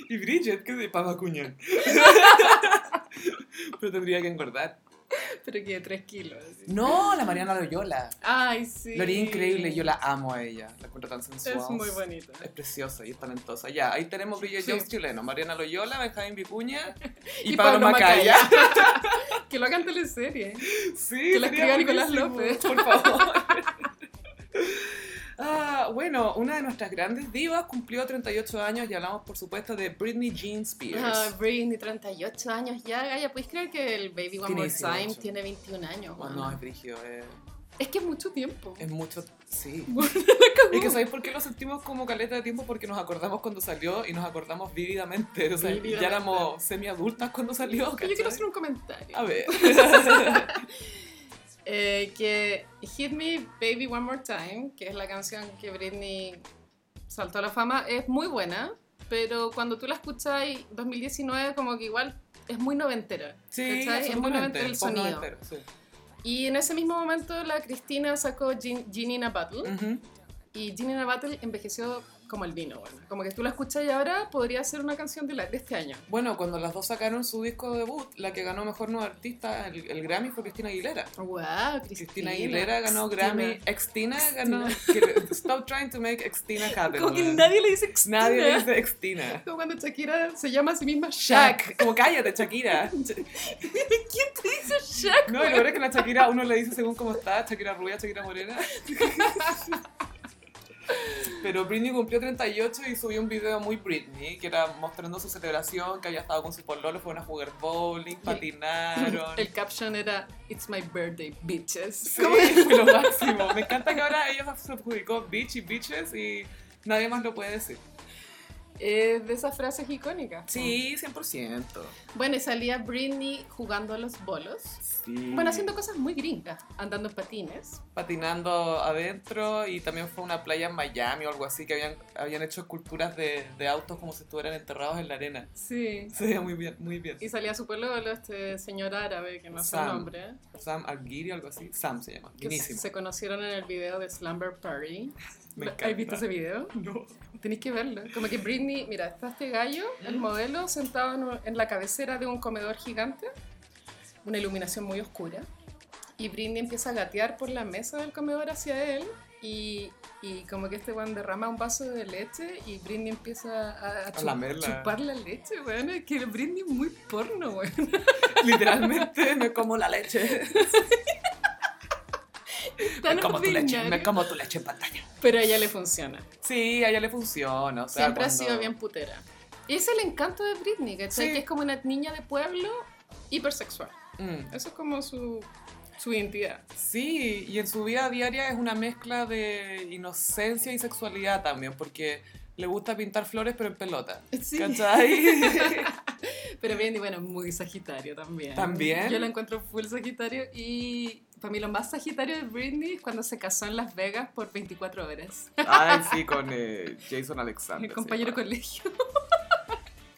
Speaker 1: y Bridget, que es de Pablo Acuña. Pero tendría que engordar.
Speaker 2: Pero que de 3 kilos. así.
Speaker 1: No, la Mariana Loyola.
Speaker 2: Ay, sí.
Speaker 1: Lo haría increíble, yo la amo a ella. La encuentro tan sensual.
Speaker 2: Es muy bonita.
Speaker 1: Es preciosa y es talentosa. Ya, ahí tenemos Bridget
Speaker 2: Sí.
Speaker 1: Jones chileno, Mariana Loyola, Benjamín Vicuña y,
Speaker 2: Y
Speaker 1: Pablo,
Speaker 2: Pablo
Speaker 1: Macaya.
Speaker 2: Que lo hagan teleserie.
Speaker 1: Sí,
Speaker 2: Que la
Speaker 1: sería
Speaker 2: escriba Nicolás
Speaker 1: buenísimo,
Speaker 2: López.
Speaker 1: Por favor. Ah, bueno, una de nuestras grandes divas cumplió 38 años y hablamos, por supuesto, de Britney Jean
Speaker 2: Ah,
Speaker 1: Spears.
Speaker 2: Britney, 38 años ya, Gaya. ¿Puedes creer que el Baby One
Speaker 1: Tiene
Speaker 2: More Time
Speaker 1: 18.
Speaker 2: tiene 21 años?
Speaker 1: Oh,
Speaker 2: weón?
Speaker 1: no, es brígido, eh,
Speaker 2: Es que es mucho tiempo.
Speaker 1: es mucho. Sí.
Speaker 2: Bueno,
Speaker 1: Es que ¿sabéis por qué lo sentimos como caleta de tiempo? Porque nos acordamos cuando salió y nos acordamos vívidamente. O sea,
Speaker 2: Vívidamente.
Speaker 1: ya éramos semiadultas cuando salió.
Speaker 2: Yo quiero
Speaker 1: ¿cachai? Ah.
Speaker 2: hacer un comentario.
Speaker 1: A ver.
Speaker 2: Eh, que Hit Me Baby One More Time, que es la canción que Britney saltó a la fama, es muy buena, pero cuando tú la escuchas 2019 como que igual es muy noventera.
Speaker 1: Sí,
Speaker 2: ¿cachai? es muy
Speaker 1: absolutamente,
Speaker 2: noventera el
Speaker 1: pop
Speaker 2: sonido.
Speaker 1: noventero, sí.
Speaker 2: Y en ese mismo momento la Cristina sacó Gin- Ginny in a Battle
Speaker 1: Ujú.
Speaker 2: y Ginny in a Battle envejeció como el vino, bueno. Como que tú la escuchas y ahora podría ser una canción de, la- de este año.
Speaker 1: Bueno, cuando las dos sacaron su disco debut, la que ganó mejor nueva artista, el, el Grammy, fue Cristina Aguilera.
Speaker 2: Wow,
Speaker 1: Cristina Aguilera ganó
Speaker 2: Cristina.
Speaker 1: Grammy. Extina ganó. que- Stop trying to make Extina happen.
Speaker 2: Como que
Speaker 1: weón.
Speaker 2: nadie le dice Cristina.
Speaker 1: Nadie le dice Extina.
Speaker 2: Como cuando Shakira se llama a sí misma Shaq.
Speaker 1: Shaq. Como cállate, Shakira.
Speaker 2: ¿Quién te dice Shaq?
Speaker 1: No, y lo peor es que la Shakira uno le dice según cómo está, Shakira rubia, Shakira morena. Pero Britney cumplió 38 y subió un video muy Britney, que era mostrando su celebración, que había estado con su pololo, fueron a jugar bowling, patinaron.
Speaker 2: El caption era It's my birthday, bitches.
Speaker 1: Sí, fue lo máximo. Me encanta que ahora ella se adjudicó bitch y bitches y nadie más lo puede decir.
Speaker 2: Eh, de esas frases icónicas.
Speaker 1: 100%.
Speaker 2: Bueno, y salía Britney jugando a los bolos.
Speaker 1: Sí.
Speaker 2: Bueno, haciendo cosas muy gringas. Andando en patines.
Speaker 1: patinando adentro y también fue a una playa en Miami o algo así que habían, habían hecho esculturas de, de autos como si estuvieran enterrados en la arena.
Speaker 2: Sí.
Speaker 1: Se veía muy bien, muy bien.
Speaker 2: Y salía su pueblo, este señor árabe, que no sé el
Speaker 1: Sam.
Speaker 2: nombre.
Speaker 1: Sam Algiri o algo así. Sam se llama.
Speaker 2: Que
Speaker 1: Buenísimo.
Speaker 2: se conocieron en el video de Slumber Party.
Speaker 1: Me encanta.
Speaker 2: ¿Has visto ese video?
Speaker 1: No.
Speaker 2: Tenéis que verlo. Como que Britney, mira, está este gallo, el modelo, sentado en, un- en la cabecera de un comedor gigante, una iluminación muy oscura. Y Britney empieza a gatear por la mesa del comedor hacia él. Y, y como que este weón derrama un vaso de leche y Britney empieza a, a chu-
Speaker 1: lamerla.
Speaker 2: chupar la leche, weón. Es que Britney es muy porno, weón.
Speaker 1: Literalmente me como la leche.
Speaker 2: Tan
Speaker 1: me como tu leche. Me
Speaker 2: ordinario.
Speaker 1: como tu leche en pantalla.
Speaker 2: Pero a ella le funciona.
Speaker 1: Sí, a ella le funciona. o sea,
Speaker 2: Siempre ha
Speaker 1: cuando-
Speaker 2: sido bien putera. Y es el encanto de Britney, ¿cachai?
Speaker 1: Sí.
Speaker 2: Que es como una niña de pueblo hipersexual.
Speaker 1: Mm.
Speaker 2: Eso es como su, su identidad.
Speaker 1: Sí, y en su vida diaria es una mezcla de inocencia y sexualidad también, porque le gusta pintar flores pero en pelota. ¿Cachai?
Speaker 2: Pero Britney, bueno, muy sagitario también.
Speaker 1: ¿También?
Speaker 2: Yo la encuentro full sagitario y para mí lo más sagitario de Britney es cuando se casó en Las Vegas por 24 horas.
Speaker 1: Ay, sí, con eh, Jason Alexander.
Speaker 2: El compañero
Speaker 1: se llama.
Speaker 2: colegio.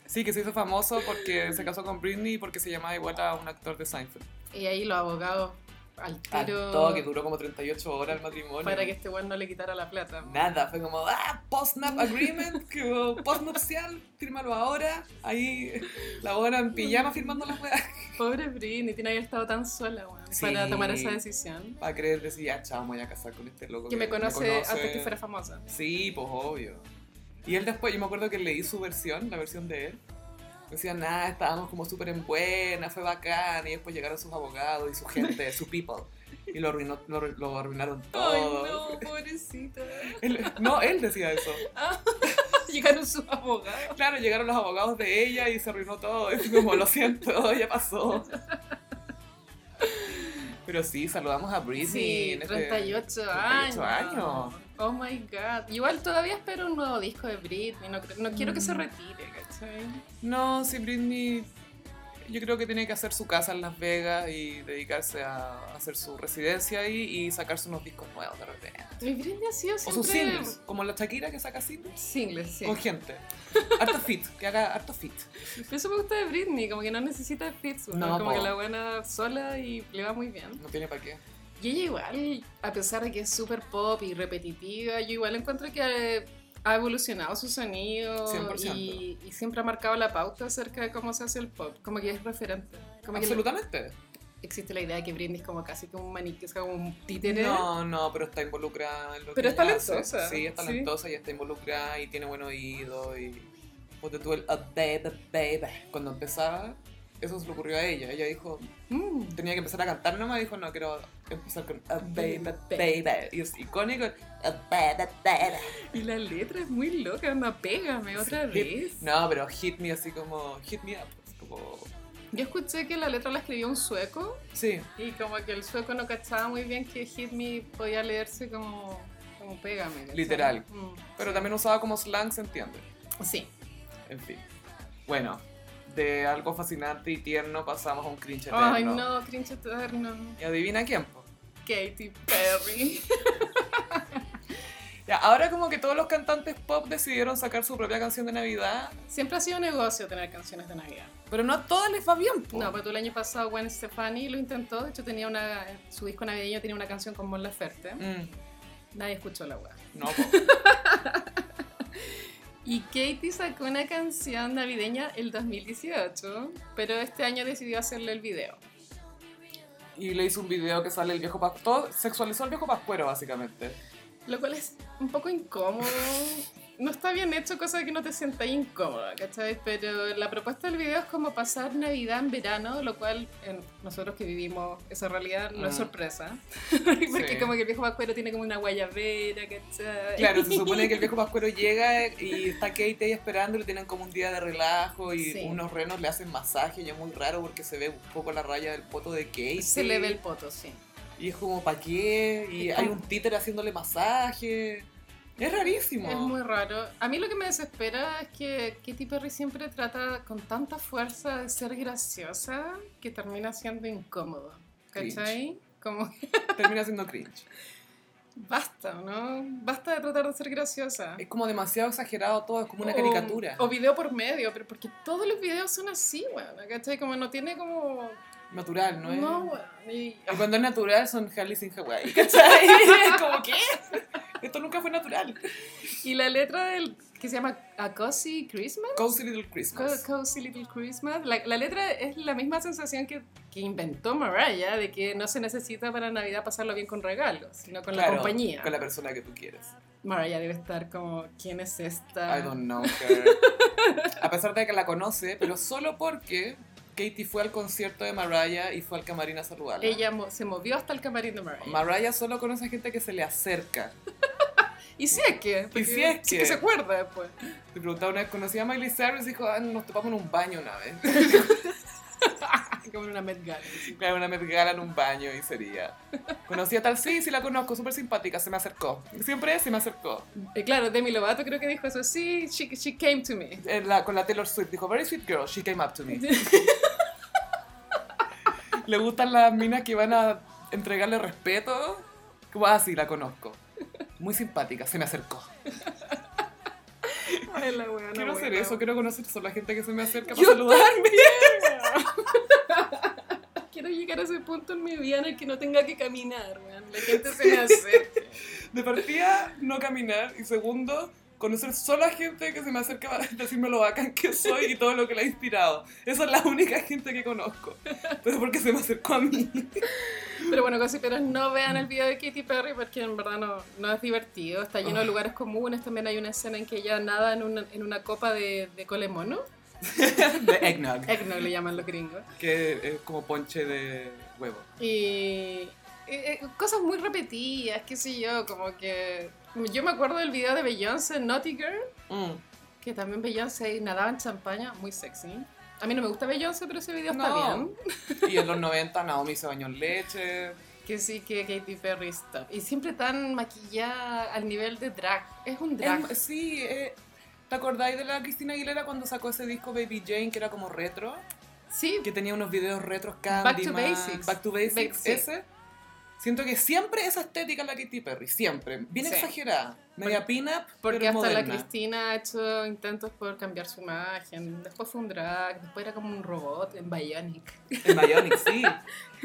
Speaker 1: Sí, que se hizo famoso porque se casó con Britney y porque se llamaba igual a un actor de Seinfeld.
Speaker 2: Y ahí los abogados al
Speaker 1: Pero...
Speaker 2: tiro
Speaker 1: Todo que duró como 38 horas el matrimonio.
Speaker 2: para que este weón no le quitara la plata.
Speaker 1: Nada, fue como, ah, post-nap agreement, que post-nupcial, fírmalo ahora. Ahí la buena en pijama firmando las weas.
Speaker 2: Pobre Britney, tiene que haber estado tan sola, weón,
Speaker 1: Sí.
Speaker 2: para tomar esa decisión.
Speaker 1: Va a creer decir, "Ah, ya, chao, me voy a casar con este loco.
Speaker 2: Que me conoce, antes que
Speaker 1: conoce".
Speaker 2: fuera famosa.
Speaker 1: Sí, pues obvio. Y él después, yo me acuerdo que leí su versión, la versión de él. Decía, nada, estábamos como súper en buena, fue bacán. Y después llegaron sus abogados y su gente, su people. Y lo, arruinó, lo, arru- lo arruinaron
Speaker 2: Ay,
Speaker 1: todo.
Speaker 2: no, pobrecita.
Speaker 1: Él- no, él decía eso.
Speaker 2: Llegaron sus abogados.
Speaker 1: Claro, llegaron los abogados de ella y se arruinó todo. Es como, lo siento, ya pasó. Pero sí, saludamos a Britney.
Speaker 2: Sí,
Speaker 1: en este-
Speaker 2: 38,
Speaker 1: 38
Speaker 2: años.
Speaker 1: años.
Speaker 2: Oh my god. Igual todavía espero un nuevo disco de Britney. No, creo- no quiero que
Speaker 1: Mm.
Speaker 2: se retire, ¿cachai?
Speaker 1: No, si Britney, yo creo que tiene que hacer su casa en Las Vegas y dedicarse a hacer su residencia ahí y sacarse unos discos nuevos de repente.
Speaker 2: Mi Britney ha sido
Speaker 1: O
Speaker 2: siempre.
Speaker 1: sus singles, como la Shakira que saca singles.
Speaker 2: Singles, sí.
Speaker 1: Con gente. Harto fit, que haga harto fit.
Speaker 2: Pero eso me gusta de Britney, como que no necesita de Fritz, ¿no?
Speaker 1: No,
Speaker 2: como
Speaker 1: po.
Speaker 2: que la buena sola y le va muy bien.
Speaker 1: No tiene para qué.
Speaker 2: Y ella igual, a pesar de que es súper pop y repetitiva, yo igual encuentro que eh, ha evolucionado su sonido
Speaker 1: 100%.
Speaker 2: y, y siempre ha marcado la pauta acerca de cómo se hace el pop, como que es referente. Como que
Speaker 1: Absolutamente.
Speaker 2: existe la idea de que Britney es como casi como un maniquí, es como un títere.
Speaker 1: No, no, pero está involucrada en lo
Speaker 2: Pero
Speaker 1: que
Speaker 2: es
Speaker 1: ella hace.
Speaker 2: talentosa,
Speaker 1: Sí, es
Speaker 2: sí.
Speaker 1: talentosa y está involucrada y tiene buen oído y... Ponte tú el "Oh, baby, baby. Cuando empezaba, eso se le ocurrió a ella. Ella dijo,
Speaker 2: Mm.
Speaker 1: tenía que empezar a cantar nomás, dijo, no, quiero empezar con "Oh, baby,
Speaker 2: Baby.
Speaker 1: baby. Y es icónico, "Oh, baby, baby.
Speaker 2: Y la letra es muy loca, anda, pégame otra
Speaker 1: Sí.
Speaker 2: vez.
Speaker 1: No, pero hit me así como, hit me up. Es como,
Speaker 2: Yo escuché que la letra la escribió un sueco
Speaker 1: sí,
Speaker 2: y como que el sueco no cachaba muy bien que Hit Me podía leerse como, como pégame. ¿cachai?
Speaker 1: Literal.
Speaker 2: Mm.
Speaker 1: pero también usaba como slang, se entiende.
Speaker 2: Sí.
Speaker 1: En fin. Bueno, de algo fascinante y tierno pasamos a un cringe eterno.
Speaker 2: Ay, no, cringe eterno.
Speaker 1: ¿Y adivina quién? po?
Speaker 2: Katy Perry.
Speaker 1: Ya, ahora como que todos los cantantes pop decidieron sacar su propia canción de Navidad,
Speaker 2: Siempre ha sido un negocio tener canciones de Navidad.
Speaker 1: pero no pues, a todas les va bien, po.
Speaker 2: No, pero tú el año pasado Gwen Stefani lo intentó. De hecho, tenía una, su disco navideño tenía una canción con Mon Laferte.
Speaker 1: Mm,
Speaker 2: Nadie escuchó la weá.
Speaker 1: no, po.
Speaker 2: Y Katy sacó una canción navideña el 2018, pero este año decidió hacerle el video.
Speaker 1: Y le hizo un video que sale el viejo pastor, sexualizó al viejo pascuero básicamente.
Speaker 2: Lo cual es un poco incómodo. No está bien hecho, cosa de que no te sientas incómoda, ¿cachai? Pero la propuesta del video es como pasar Navidad en verano, lo cual en- nosotros que vivimos esa realidad no es
Speaker 1: Mm.
Speaker 2: sorpresa. Porque
Speaker 1: Sí.
Speaker 2: como que el viejo pascuero tiene como una guayabera, ¿cachai?
Speaker 1: Claro, se supone que el viejo pascuero llega y está Kate ahí esperando, le tienen como un día de relajo y
Speaker 2: Sí.
Speaker 1: unos renos le hacen masaje y es muy raro porque se ve un poco la raya del poto de Kate.
Speaker 2: Se le ve el poto, sí.
Speaker 1: Y es como, ¿para qué? Y
Speaker 2: Es
Speaker 1: hay
Speaker 2: como-
Speaker 1: un títere haciéndole masaje. Es rarísimo.
Speaker 2: Es muy raro. A mí lo que me desespera es que Katy Perry siempre trata con tanta fuerza de ser graciosa que termina siendo incómodo. ¿Cachai? Como que
Speaker 1: Termina siendo cringe.
Speaker 2: basta, ¿no? Basta de tratar de ser graciosa.
Speaker 1: Es como demasiado exagerado todo, es como una
Speaker 2: O-
Speaker 1: caricatura.
Speaker 2: O, video por medio, pero porque todos los videos son así, bueno, ¿cachai? Como no tiene como.
Speaker 1: Natural, ¿no
Speaker 2: No,
Speaker 1: es?
Speaker 2: weón, y-
Speaker 1: Y cuando es natural son Harley sin Hawaii. ¿Cachai? Es como, ¿qué? Esto nunca fue natural.
Speaker 2: Y la letra del. que se llama A Cozy Christmas.
Speaker 1: Cozy Little
Speaker 2: Co-
Speaker 1: Christmas.
Speaker 2: Cozy Little Christmas. La, la letra es la misma sensación que, que inventó Mariah, de que no se necesita para Navidad pasarlo bien con regalos, sino con
Speaker 1: Claro,
Speaker 2: la compañía.
Speaker 1: Con la persona que tú quieres.
Speaker 2: Mariah debe estar como, ¿quién es esta?
Speaker 1: I don't know her. A pesar de que la conoce, pero solo porque Katie fue al concierto de Mariah y fue al camarín a saludarla.
Speaker 2: Ella mo- se movió hasta el camarín de Mariah.
Speaker 1: Mariah solo conoce a gente que se le acerca.
Speaker 2: y si es que, porque
Speaker 1: si es
Speaker 2: sí
Speaker 1: que.
Speaker 2: se acuerda después.
Speaker 1: Le preguntaba una vez, conocí a Miley Cyrus y dijo, ah, nos topamos en un baño una vez.
Speaker 2: como en una Met Gala.
Speaker 1: Claro, una Met Gala en un baño y sería. Conocí a tal, sí, sí la conozco, súper simpática, se me acercó. Siempre se me acercó.
Speaker 2: Eh, claro, Demi Lovato creo que dijo eso, sí, she, she came to me.
Speaker 1: En la- con la Taylor Swift dijo, very sweet girl, she came up to me. Le gustan las minas que van a entregarle respeto. Como, ah, sí, la conozco. Muy simpática, se me acercó.
Speaker 2: Ay, la weona
Speaker 1: Quiero hacer
Speaker 2: buena.
Speaker 1: eso, quiero conocer solo a gente que se me acerca para
Speaker 2: Yo
Speaker 1: saludarme.
Speaker 2: Quiero llegar a ese punto en mi vida en el que no tenga que caminar, weón. La gente se me acerca.
Speaker 1: De partida, no caminar. Y segundo, conocer solo a gente que se me acerca para decirme lo bacán que soy y todo lo que la ha inspirado. Esa es la única gente que conozco. Pero porque se me acercó a mí.
Speaker 2: Pero bueno, gossiperos, no vean el video de Katy Perry porque en verdad no, no es divertido. Está lleno de lugares comunes. También hay una escena en que ella nada en una, en una copa de, de cole mono.
Speaker 1: De eggnog.
Speaker 2: Eggnog le llaman los gringos.
Speaker 1: Que es como ponche de huevo.
Speaker 2: Y eh, eh, cosas muy repetidas, qué sé yo, como que... Yo me acuerdo del video de Beyoncé, Naughty Girl,
Speaker 1: Mm.
Speaker 2: Que también Beyoncé nadaba en champaña, muy sexy. A mí no me gusta Beyoncé, pero ese video está
Speaker 1: No.
Speaker 2: bien.
Speaker 1: Y en los 90 Naomi se bañó en leche.
Speaker 2: que sí que Katy Perry está. Y siempre tan maquillada al nivel de drag. Es un drag.
Speaker 1: Es- sí, eh, ¿te acordáis de la Cristina Aguilera cuando sacó ese disco Baby Jane que era como retro?
Speaker 2: sí,
Speaker 1: Que tenía unos videos retros Candyman.
Speaker 2: Back to Basics.
Speaker 1: Back to Basics,
Speaker 2: Ba- sí.
Speaker 1: ese. Siento que siempre esa estética es la Katy Perry, siempre. Bien
Speaker 2: Sí.
Speaker 1: exagerada. Media pin-up,
Speaker 2: porque
Speaker 1: pero
Speaker 2: hasta la
Speaker 1: moderna.
Speaker 2: Cristina ha hecho intentos por cambiar su imagen. Después fue un drag, después era como un robot en Bionic.
Speaker 1: En Bionic, sí.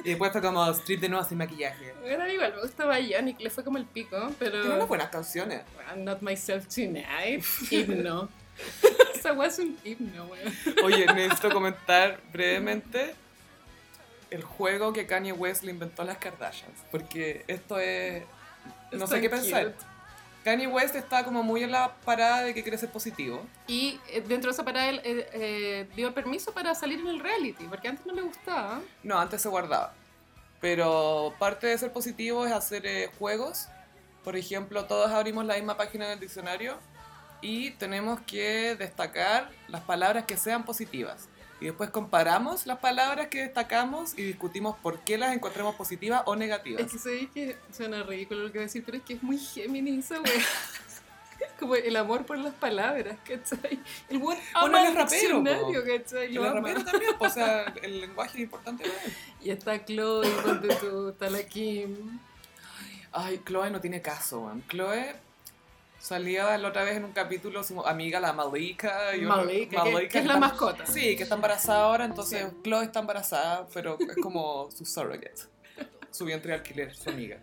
Speaker 1: Y después está como strip de nuevo sin maquillaje.
Speaker 2: Era igual, me gusta Bionic, le fue como el pico, pero.
Speaker 1: Tiene unas buenas canciones.
Speaker 2: I'm not myself tonight. Himno. Esa weá es un himno, weón.
Speaker 1: Oye, necesito comentar brevemente el juego que Kanye West le inventó a las Kardashians. Porque esto es. No
Speaker 2: Está
Speaker 1: sé qué
Speaker 2: cute.
Speaker 1: pensar. Kanye West está como muy en la parada de que quiere ser positivo.
Speaker 2: Y eh, dentro de esa parada él eh, eh, dio permiso para salir en el reality, porque antes no le gustaba.
Speaker 1: No, antes se guardaba. Pero parte de ser positivo es hacer eh, juegos. Por ejemplo, todos abrimos la misma página del diccionario y tenemos que destacar las palabras que sean positivas. Y después comparamos las palabras que destacamos y discutimos por qué las encontramos positivas o
Speaker 2: Es
Speaker 1: negativas.
Speaker 2: que sabéis que suena ridículo lo que voy a decir, pero es que es muy Géminis esa wea. Como el amor por las palabras, ¿cachai? El buen ama
Speaker 1: Bueno, él
Speaker 2: el
Speaker 1: Ah, es rapero,
Speaker 2: diccionario,
Speaker 1: po.
Speaker 2: ¿cachai?
Speaker 1: Y
Speaker 2: Lo
Speaker 1: los
Speaker 2: ama.
Speaker 1: raperos también, pues, o sea, el lenguaje es importante. para él.
Speaker 2: Y está Chloe, ponte tú, está la Kim.
Speaker 1: Ay, Chloe no tiene caso, weón. Chloe salía la otra vez en un capítulo su amiga, la Malika. y una-
Speaker 2: Malika, que- que es la
Speaker 1: está-
Speaker 2: mascota.
Speaker 1: Sí, que está embarazada ahora, entonces
Speaker 2: Sí.
Speaker 1: Chloe está embarazada, pero es como su surrogate, su vientre de alquiler, su amiga.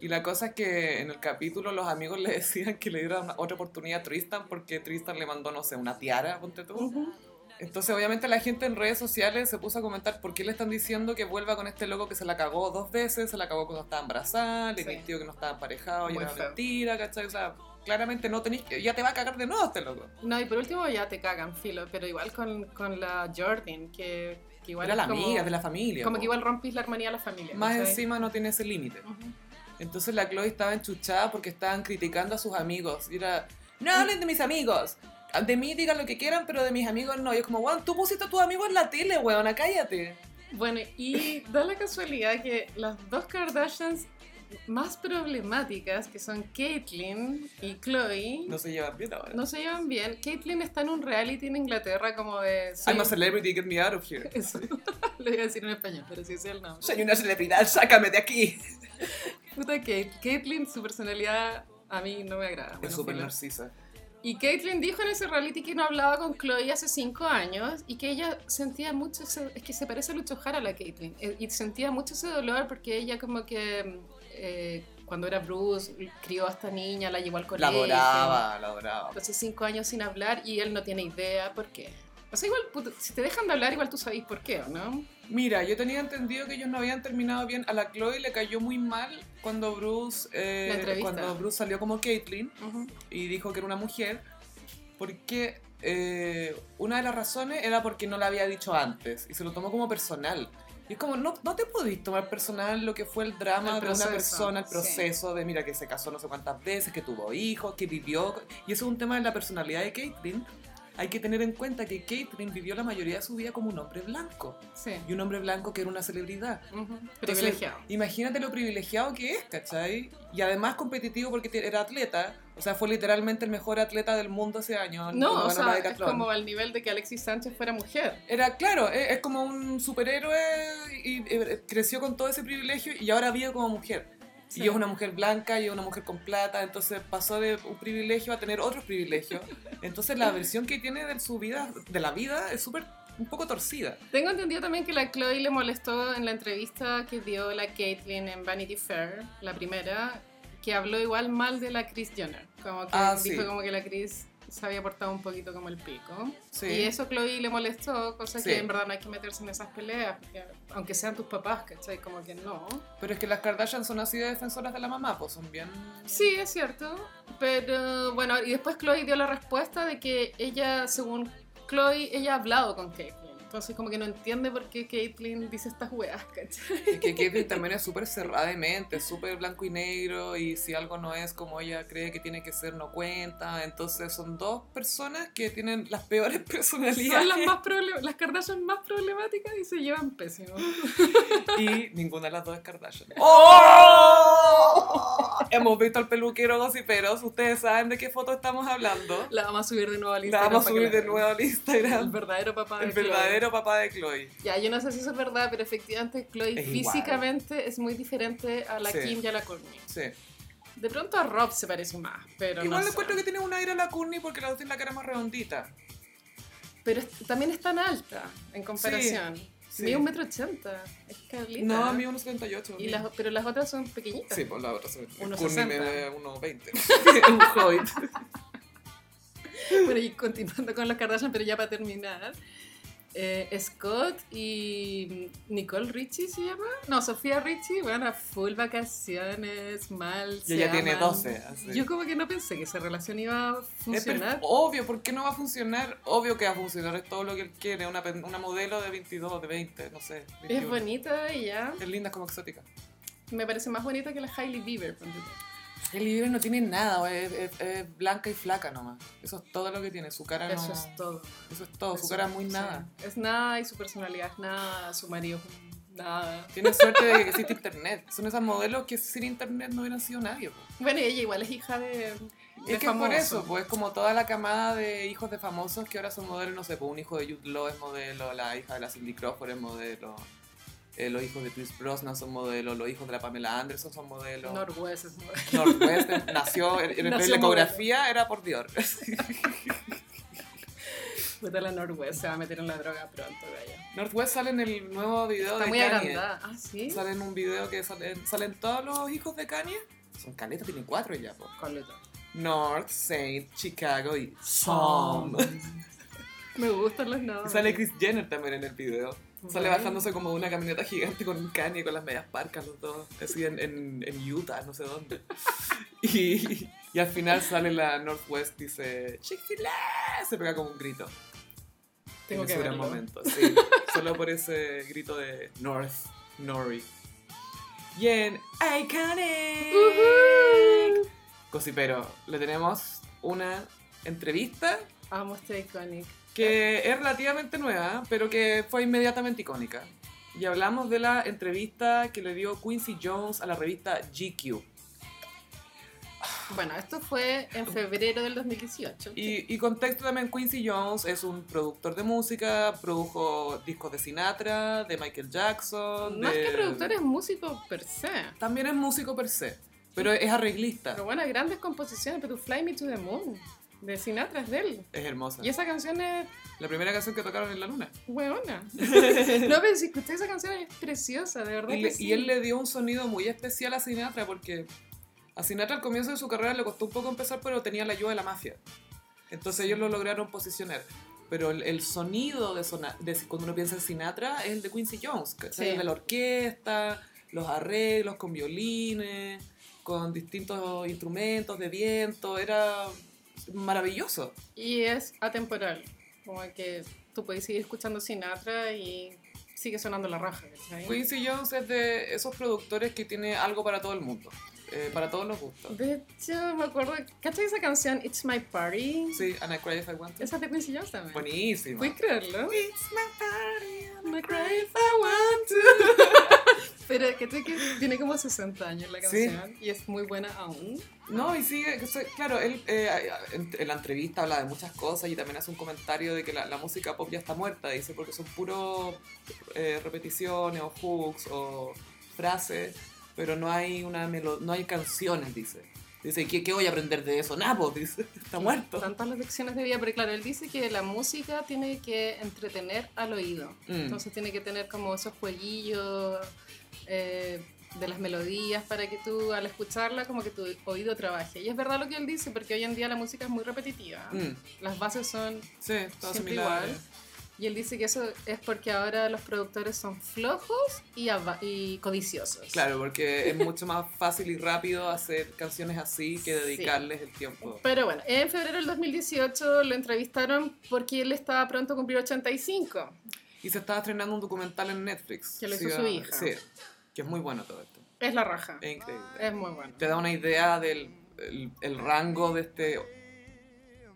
Speaker 1: Y la cosa es que en el capítulo los amigos le decían que le dieran una- otra oportunidad a Tristan porque Tristan le mandó, no sé, una tiara, ponte tú. Entonces, obviamente, la gente en redes sociales se puso a comentar por qué le están diciendo que vuelva con este loco que se la cagó dos veces, se la cagó cuando estaba embarazada, le
Speaker 2: Sí.
Speaker 1: mintió que no estaba emparejado y
Speaker 2: Muy
Speaker 1: era
Speaker 2: feo.
Speaker 1: mentira, ¿cachai? O sea, claramente no tenés que. Ya te va a cagar de nuevo este loco.
Speaker 2: No, y por último ya te cagan, filo, pero igual con, con la Jordan, que, que igual
Speaker 1: era
Speaker 2: es
Speaker 1: la
Speaker 2: como,
Speaker 1: amiga de la familia.
Speaker 2: como
Speaker 1: po.
Speaker 2: que igual rompís la armonía de la familia.
Speaker 1: Más
Speaker 2: ¿cachai?
Speaker 1: encima no tiene ese límite.
Speaker 2: Ujú.
Speaker 1: Entonces la Chloe estaba enchuchada porque estaban criticando a sus amigos. Y era, no
Speaker 2: Mm.
Speaker 1: hablen de mis amigos. De mí digan lo que quieran, pero de mis amigos no. Y es como, weón, tú pusiste a tus amigos en la tele, weona, cállate.
Speaker 2: Bueno, y da la casualidad que las dos Kardashians más problemáticas, que son Caitlyn y Chloe,
Speaker 1: No se llevan bien ahora.
Speaker 2: no se llevan bien. Caitlyn está en un reality en Inglaterra como de... soy-
Speaker 1: I'm a celebrity, get me out of here.
Speaker 2: Eso. Lo iba a decir en español, pero sí es el nombre.
Speaker 1: Soy una celebridad, sácame de aquí.
Speaker 2: Puta Kate. Caitlyn, su personalidad a mí no me agrada. Bueno,
Speaker 1: es súper
Speaker 2: filo.
Speaker 1: narcisa.
Speaker 2: Y Caitlyn dijo en ese reality que no hablaba con Chloe hace cinco años y que ella sentía mucho, ese- es que se parece a Lucho Jara la Caitlyn, eh, y sentía mucho ese dolor porque ella como que eh, cuando era Bruce crió a esta niña, la llevó al
Speaker 1: La
Speaker 2: colegio.
Speaker 1: adoraba, la adoraba.
Speaker 2: Entonces cinco años sin hablar y él no tiene idea por qué. O sea, igual, puta, si te dejan de hablar, igual tú sabés por qué, ¿o no?
Speaker 1: Mira, yo tenía entendido que ellos no habían terminado bien. A la Chloe le cayó muy mal cuando Bruce, eh,
Speaker 2: La entrevista.
Speaker 1: cuando Bruce salió como Caitlyn. y dijo que era una mujer porque eh, una de las razones era porque no la había dicho antes y se lo tomó como personal. Y es como, no, no te podís tomar personal lo que fue el drama de
Speaker 2: El
Speaker 1: una
Speaker 2: proceso,
Speaker 1: persona, el
Speaker 2: sí.
Speaker 1: proceso de, mira, que se casó no sé cuántas veces, que tuvo hijos, que vivió. Y eso es un tema de la personalidad de Caitlyn. Hay que tener en cuenta que Caitlyn vivió la mayoría de su vida como un hombre blanco.
Speaker 2: Sí.
Speaker 1: Y un hombre blanco que era una celebridad.
Speaker 2: Ujú.
Speaker 1: Entonces,
Speaker 2: Privilegiado.
Speaker 1: imagínate lo privilegiado que es, ¿cachai? Y además competitivo porque te- era atleta. O sea, fue literalmente el mejor atleta del mundo ese año. cuando
Speaker 2: No, o
Speaker 1: ganó la
Speaker 2: sea, es
Speaker 1: Decathlon.
Speaker 2: como al nivel de que Alexis Sánchez fuera mujer.
Speaker 1: Era, claro, e- es, como un superhéroe y, y creció con todo ese privilegio y ahora vive como mujer. Y
Speaker 2: Sí.
Speaker 1: es una mujer blanca y es una mujer con plata, entonces pasó de un privilegio a tener otros privilegios. Entonces la versión que tiene de su vida, de la vida, es súper, un poco torcida.
Speaker 2: Tengo entendido también que la Chloe le molestó en la entrevista que dio la Caitlyn en Vanity Fair, la primera, que habló igual mal de la Kris Jenner. Como que
Speaker 1: Ah,
Speaker 2: dijo
Speaker 1: sí.
Speaker 2: como que la Kris se había portado un poquito como el pico.
Speaker 1: Sí.
Speaker 2: Y eso a Chloe le molestó, cosa
Speaker 1: Sí.
Speaker 2: que en verdad no hay que meterse en esas peleas, porque aunque sean tus papás, ¿cachai? Como que no.
Speaker 1: Pero es que las Kardashian son así de defensoras de la mamá, pues son bien...
Speaker 2: Sí, es cierto. Pero bueno, y después Chloe dio la respuesta de que ella, según Chloe, ella ha hablado con Caitlyn. Entonces como que no entiende por qué Caitlyn dice estas weas, ¿cachai?
Speaker 1: Y que Caitlyn también es súper cerrada de mente, súper blanco y negro, y si algo no es como ella cree que tiene que ser, no cuenta. Entonces son dos personas que tienen las peores personalidades
Speaker 2: Son las, más proble- las Kardashian más problemáticas y se llevan pésimo.
Speaker 1: y ninguna de las dos es Kardashian. ¡Oh! Hemos visto al peluquero gossiperos, ustedes saben de qué foto estamos hablando.
Speaker 2: La vamos a subir de nuevo al
Speaker 1: La
Speaker 2: Instagram.
Speaker 1: vamos a
Speaker 2: para que
Speaker 1: subir
Speaker 2: la
Speaker 1: de
Speaker 2: vean.
Speaker 1: nuevo al
Speaker 2: El
Speaker 1: Instagram.
Speaker 2: verdadero papá de
Speaker 1: El
Speaker 2: Chloe.
Speaker 1: verdadero papá de Chloe.
Speaker 2: Ya, yo no sé si eso es verdad, pero efectivamente Chloe
Speaker 1: Es igual.
Speaker 2: físicamente es muy diferente a la
Speaker 1: Sí.
Speaker 2: Kim y a la Courtney.
Speaker 1: Sí.
Speaker 2: De pronto a Rob se parece más, pero
Speaker 1: Igual
Speaker 2: no
Speaker 1: le
Speaker 2: sé.
Speaker 1: encuentro que tiene un aire a la Courtney porque la otra tiene la cara más redondita.
Speaker 2: Pero es- también es tan alta en comparación.
Speaker 1: sí.
Speaker 2: Mide un metro ochenta. Es cablita.
Speaker 1: No, a mí 1,78.
Speaker 2: Y las, pero las otras son pequeñitas.
Speaker 1: Sí, por la otra. sí.
Speaker 2: Uno
Speaker 1: Courtney me
Speaker 2: sesenta.
Speaker 1: ve 1,20. un hobbit.
Speaker 2: Bueno, y continuando con las Kardashian, pero ya para terminar. eh, Scott y Nicole Richie se llama. No, Sofía Richie van a full vacaciones, mal.
Speaker 1: Y
Speaker 2: se
Speaker 1: ella tiene
Speaker 2: aman.
Speaker 1: 12. así.
Speaker 2: Yo como que no pensé que esa relación iba a
Speaker 1: Es per-
Speaker 2: funcionar.
Speaker 1: obvio, ¿por qué no va a funcionar? Obvio que va a funcionar, es todo lo que él quiere. Una, pen- una modelo de 22, de 20, no sé.
Speaker 2: Es
Speaker 1: 21.
Speaker 2: bonita ella.
Speaker 1: Es linda, es como exótica.
Speaker 2: Me parece más bonita que la Hailey Bieber. ponte tú.
Speaker 1: El libro no tiene nada, es, es- es blanca y flaca nomás. Eso es todo lo que tiene. Su cara Ah,
Speaker 2: Eso
Speaker 1: no.
Speaker 2: es todo.
Speaker 1: Eso es todo, su
Speaker 2: Eso-
Speaker 1: cara es muy nada.
Speaker 2: sí. Es nada y su personalidad es nada, su marido es un nada.
Speaker 1: Tiene suerte de que existe internet. Son esas modelos que sin internet no hubieran sido nadie. po.
Speaker 2: Bueno, y ella igual es hija de, de
Speaker 1: Es que es por eso,
Speaker 2: famoso.
Speaker 1: pues como toda la camada de hijos de famosos que ahora son modelos, no sé, pues un hijo de Jude Law es modelo, la hija de la Cindy Crawford es modelo, eh, los hijos de Chris Brosnan son modelos, los hijos de la Pamela Anderson son modelos.
Speaker 2: Norwest es modelo.
Speaker 1: Northwestern nació, en- en
Speaker 2: Nació
Speaker 1: la ecografía era por Dior.
Speaker 2: Puta la Norwest se va a meter en la droga pronto, vaya.
Speaker 1: Northwest sale en el nuevo video
Speaker 2: Está
Speaker 1: de
Speaker 2: muy
Speaker 1: Kanye.
Speaker 2: agrandada. Ah, sí.
Speaker 1: Sale en un video que salen, salen todos los hijos de Kanye. Son caletas, tienen cuatro ya, po.
Speaker 2: Carlito.
Speaker 1: North, Saint, Chicago y Psalm.
Speaker 2: Me gustan los nombres.
Speaker 1: Sale Chris Jenner también en el video. Sale
Speaker 2: Ok.
Speaker 1: bajándose como de una camioneta gigante con un Kanye con las medias parcas los dos, así en, en- en Utah, no sé dónde. Y, y al final sale la Northwest, dice Chick-fil-A, se pega como un grito.
Speaker 2: Tengo
Speaker 1: en
Speaker 2: que
Speaker 1: ese gran
Speaker 2: verlo.
Speaker 1: momento, sí. Solo por ese grito de North, Nori. Y en Iconic.
Speaker 2: Ujú.
Speaker 1: Cosipero, le tenemos una entrevista
Speaker 2: Amo este iconic.
Speaker 1: que es relativamente nueva, pero que fue inmediatamente icónica. Y hablamos de la entrevista que le dio Quincy Jones a la revista GQ.
Speaker 2: Bueno, esto fue en febrero del 2018.
Speaker 1: Y, y contexto también, Quincy Jones es un productor de música, produjo discos de Sinatra, de Michael Jackson.
Speaker 2: Más
Speaker 1: de-
Speaker 2: que productor, es músico per se.
Speaker 1: También es músico per se, pero es arreglista.
Speaker 2: Pero bueno, grandes composiciones, pero Fly Me to the Moon, de Sinatra es de él.
Speaker 1: Es hermosa.
Speaker 2: Y esa canción es
Speaker 1: La primera canción que tocaron en la luna.
Speaker 2: hueona. no, pero si escuché esa canción es preciosa, de verdad.
Speaker 1: Y,
Speaker 2: que
Speaker 1: le-
Speaker 2: sí.
Speaker 1: y él le dio un sonido muy especial a Sinatra porque a Sinatra al comienzo de su carrera le costó un poco empezar, pero tenía la ayuda de la mafia. Entonces ellos lo lograron posicionar. Pero el, el sonido de, sona- de- cuando uno piensa en Sinatra es el de Quincy Jones, ¿cachai?
Speaker 2: Sí.
Speaker 1: El de la orquesta, los arreglos con violines, con distintos instrumentos de viento, era maravilloso.
Speaker 2: Y es atemporal. Como que tú puedes seguir escuchando Sinatra y sigue sonando la raja, ¿cachai?
Speaker 1: Quincy Jones es de esos productores que tiene algo para todo el mundo, eh, para todos los gustos.
Speaker 2: De hecho, me acuerdo, ¿cachai esa canción It's My Party?
Speaker 1: Sí, and I cry if I want to.
Speaker 2: Esa es de Quincy Jones también.
Speaker 1: Buenísimo.
Speaker 2: ¿Puedes creerlo?
Speaker 1: It's my party and
Speaker 2: I
Speaker 1: cry if I want to.
Speaker 2: Pero ¿cachai que tiene como 60 años la
Speaker 1: Sí.
Speaker 2: canción y es muy buena aún.
Speaker 1: No, y sigue, que se- claro, él eh, en, en la entrevista habla de muchas cosas y también hace un comentario de que la, la música pop ya está muerta, dice, porque son puro eh, repeticiones o hooks o frases, pero no hay una melo- no hay canciones, dice. Dice, ¿qué, qué voy a aprender de eso? Nabo, dice, está muerto.
Speaker 2: Tantas las lecciones de vida, pero claro, él dice que la música tiene que entretener al oído.
Speaker 1: Mm.
Speaker 2: Entonces tiene que tener como esos jueguillos eh, de las melodías para que tú al escucharla como que tu oído trabaje. Y es verdad lo que él dice, porque hoy en día la música es muy repetitiva.
Speaker 1: Mm,
Speaker 2: Las bases son...
Speaker 1: Sí, todo
Speaker 2: Siempre
Speaker 1: similar.
Speaker 2: igual. Y él dice que eso es porque ahora los productores son flojos y, ava- y codiciosos.
Speaker 1: Claro, porque es mucho más fácil y rápido hacer canciones así que
Speaker 2: Sí.
Speaker 1: dedicarles el tiempo.
Speaker 2: Pero bueno, en febrero del 2018 lo entrevistaron porque él estaba pronto a cumplir 85.
Speaker 1: Y se estaba estrenando un documental en Netflix.
Speaker 2: Que lo
Speaker 1: Sí,
Speaker 2: hizo su
Speaker 1: ah,
Speaker 2: hija.
Speaker 1: Sí, que es muy bueno todo esto.
Speaker 2: Es la raja.
Speaker 1: Es increíble.
Speaker 2: Es muy bueno.
Speaker 1: Te da una idea del el, el rango de este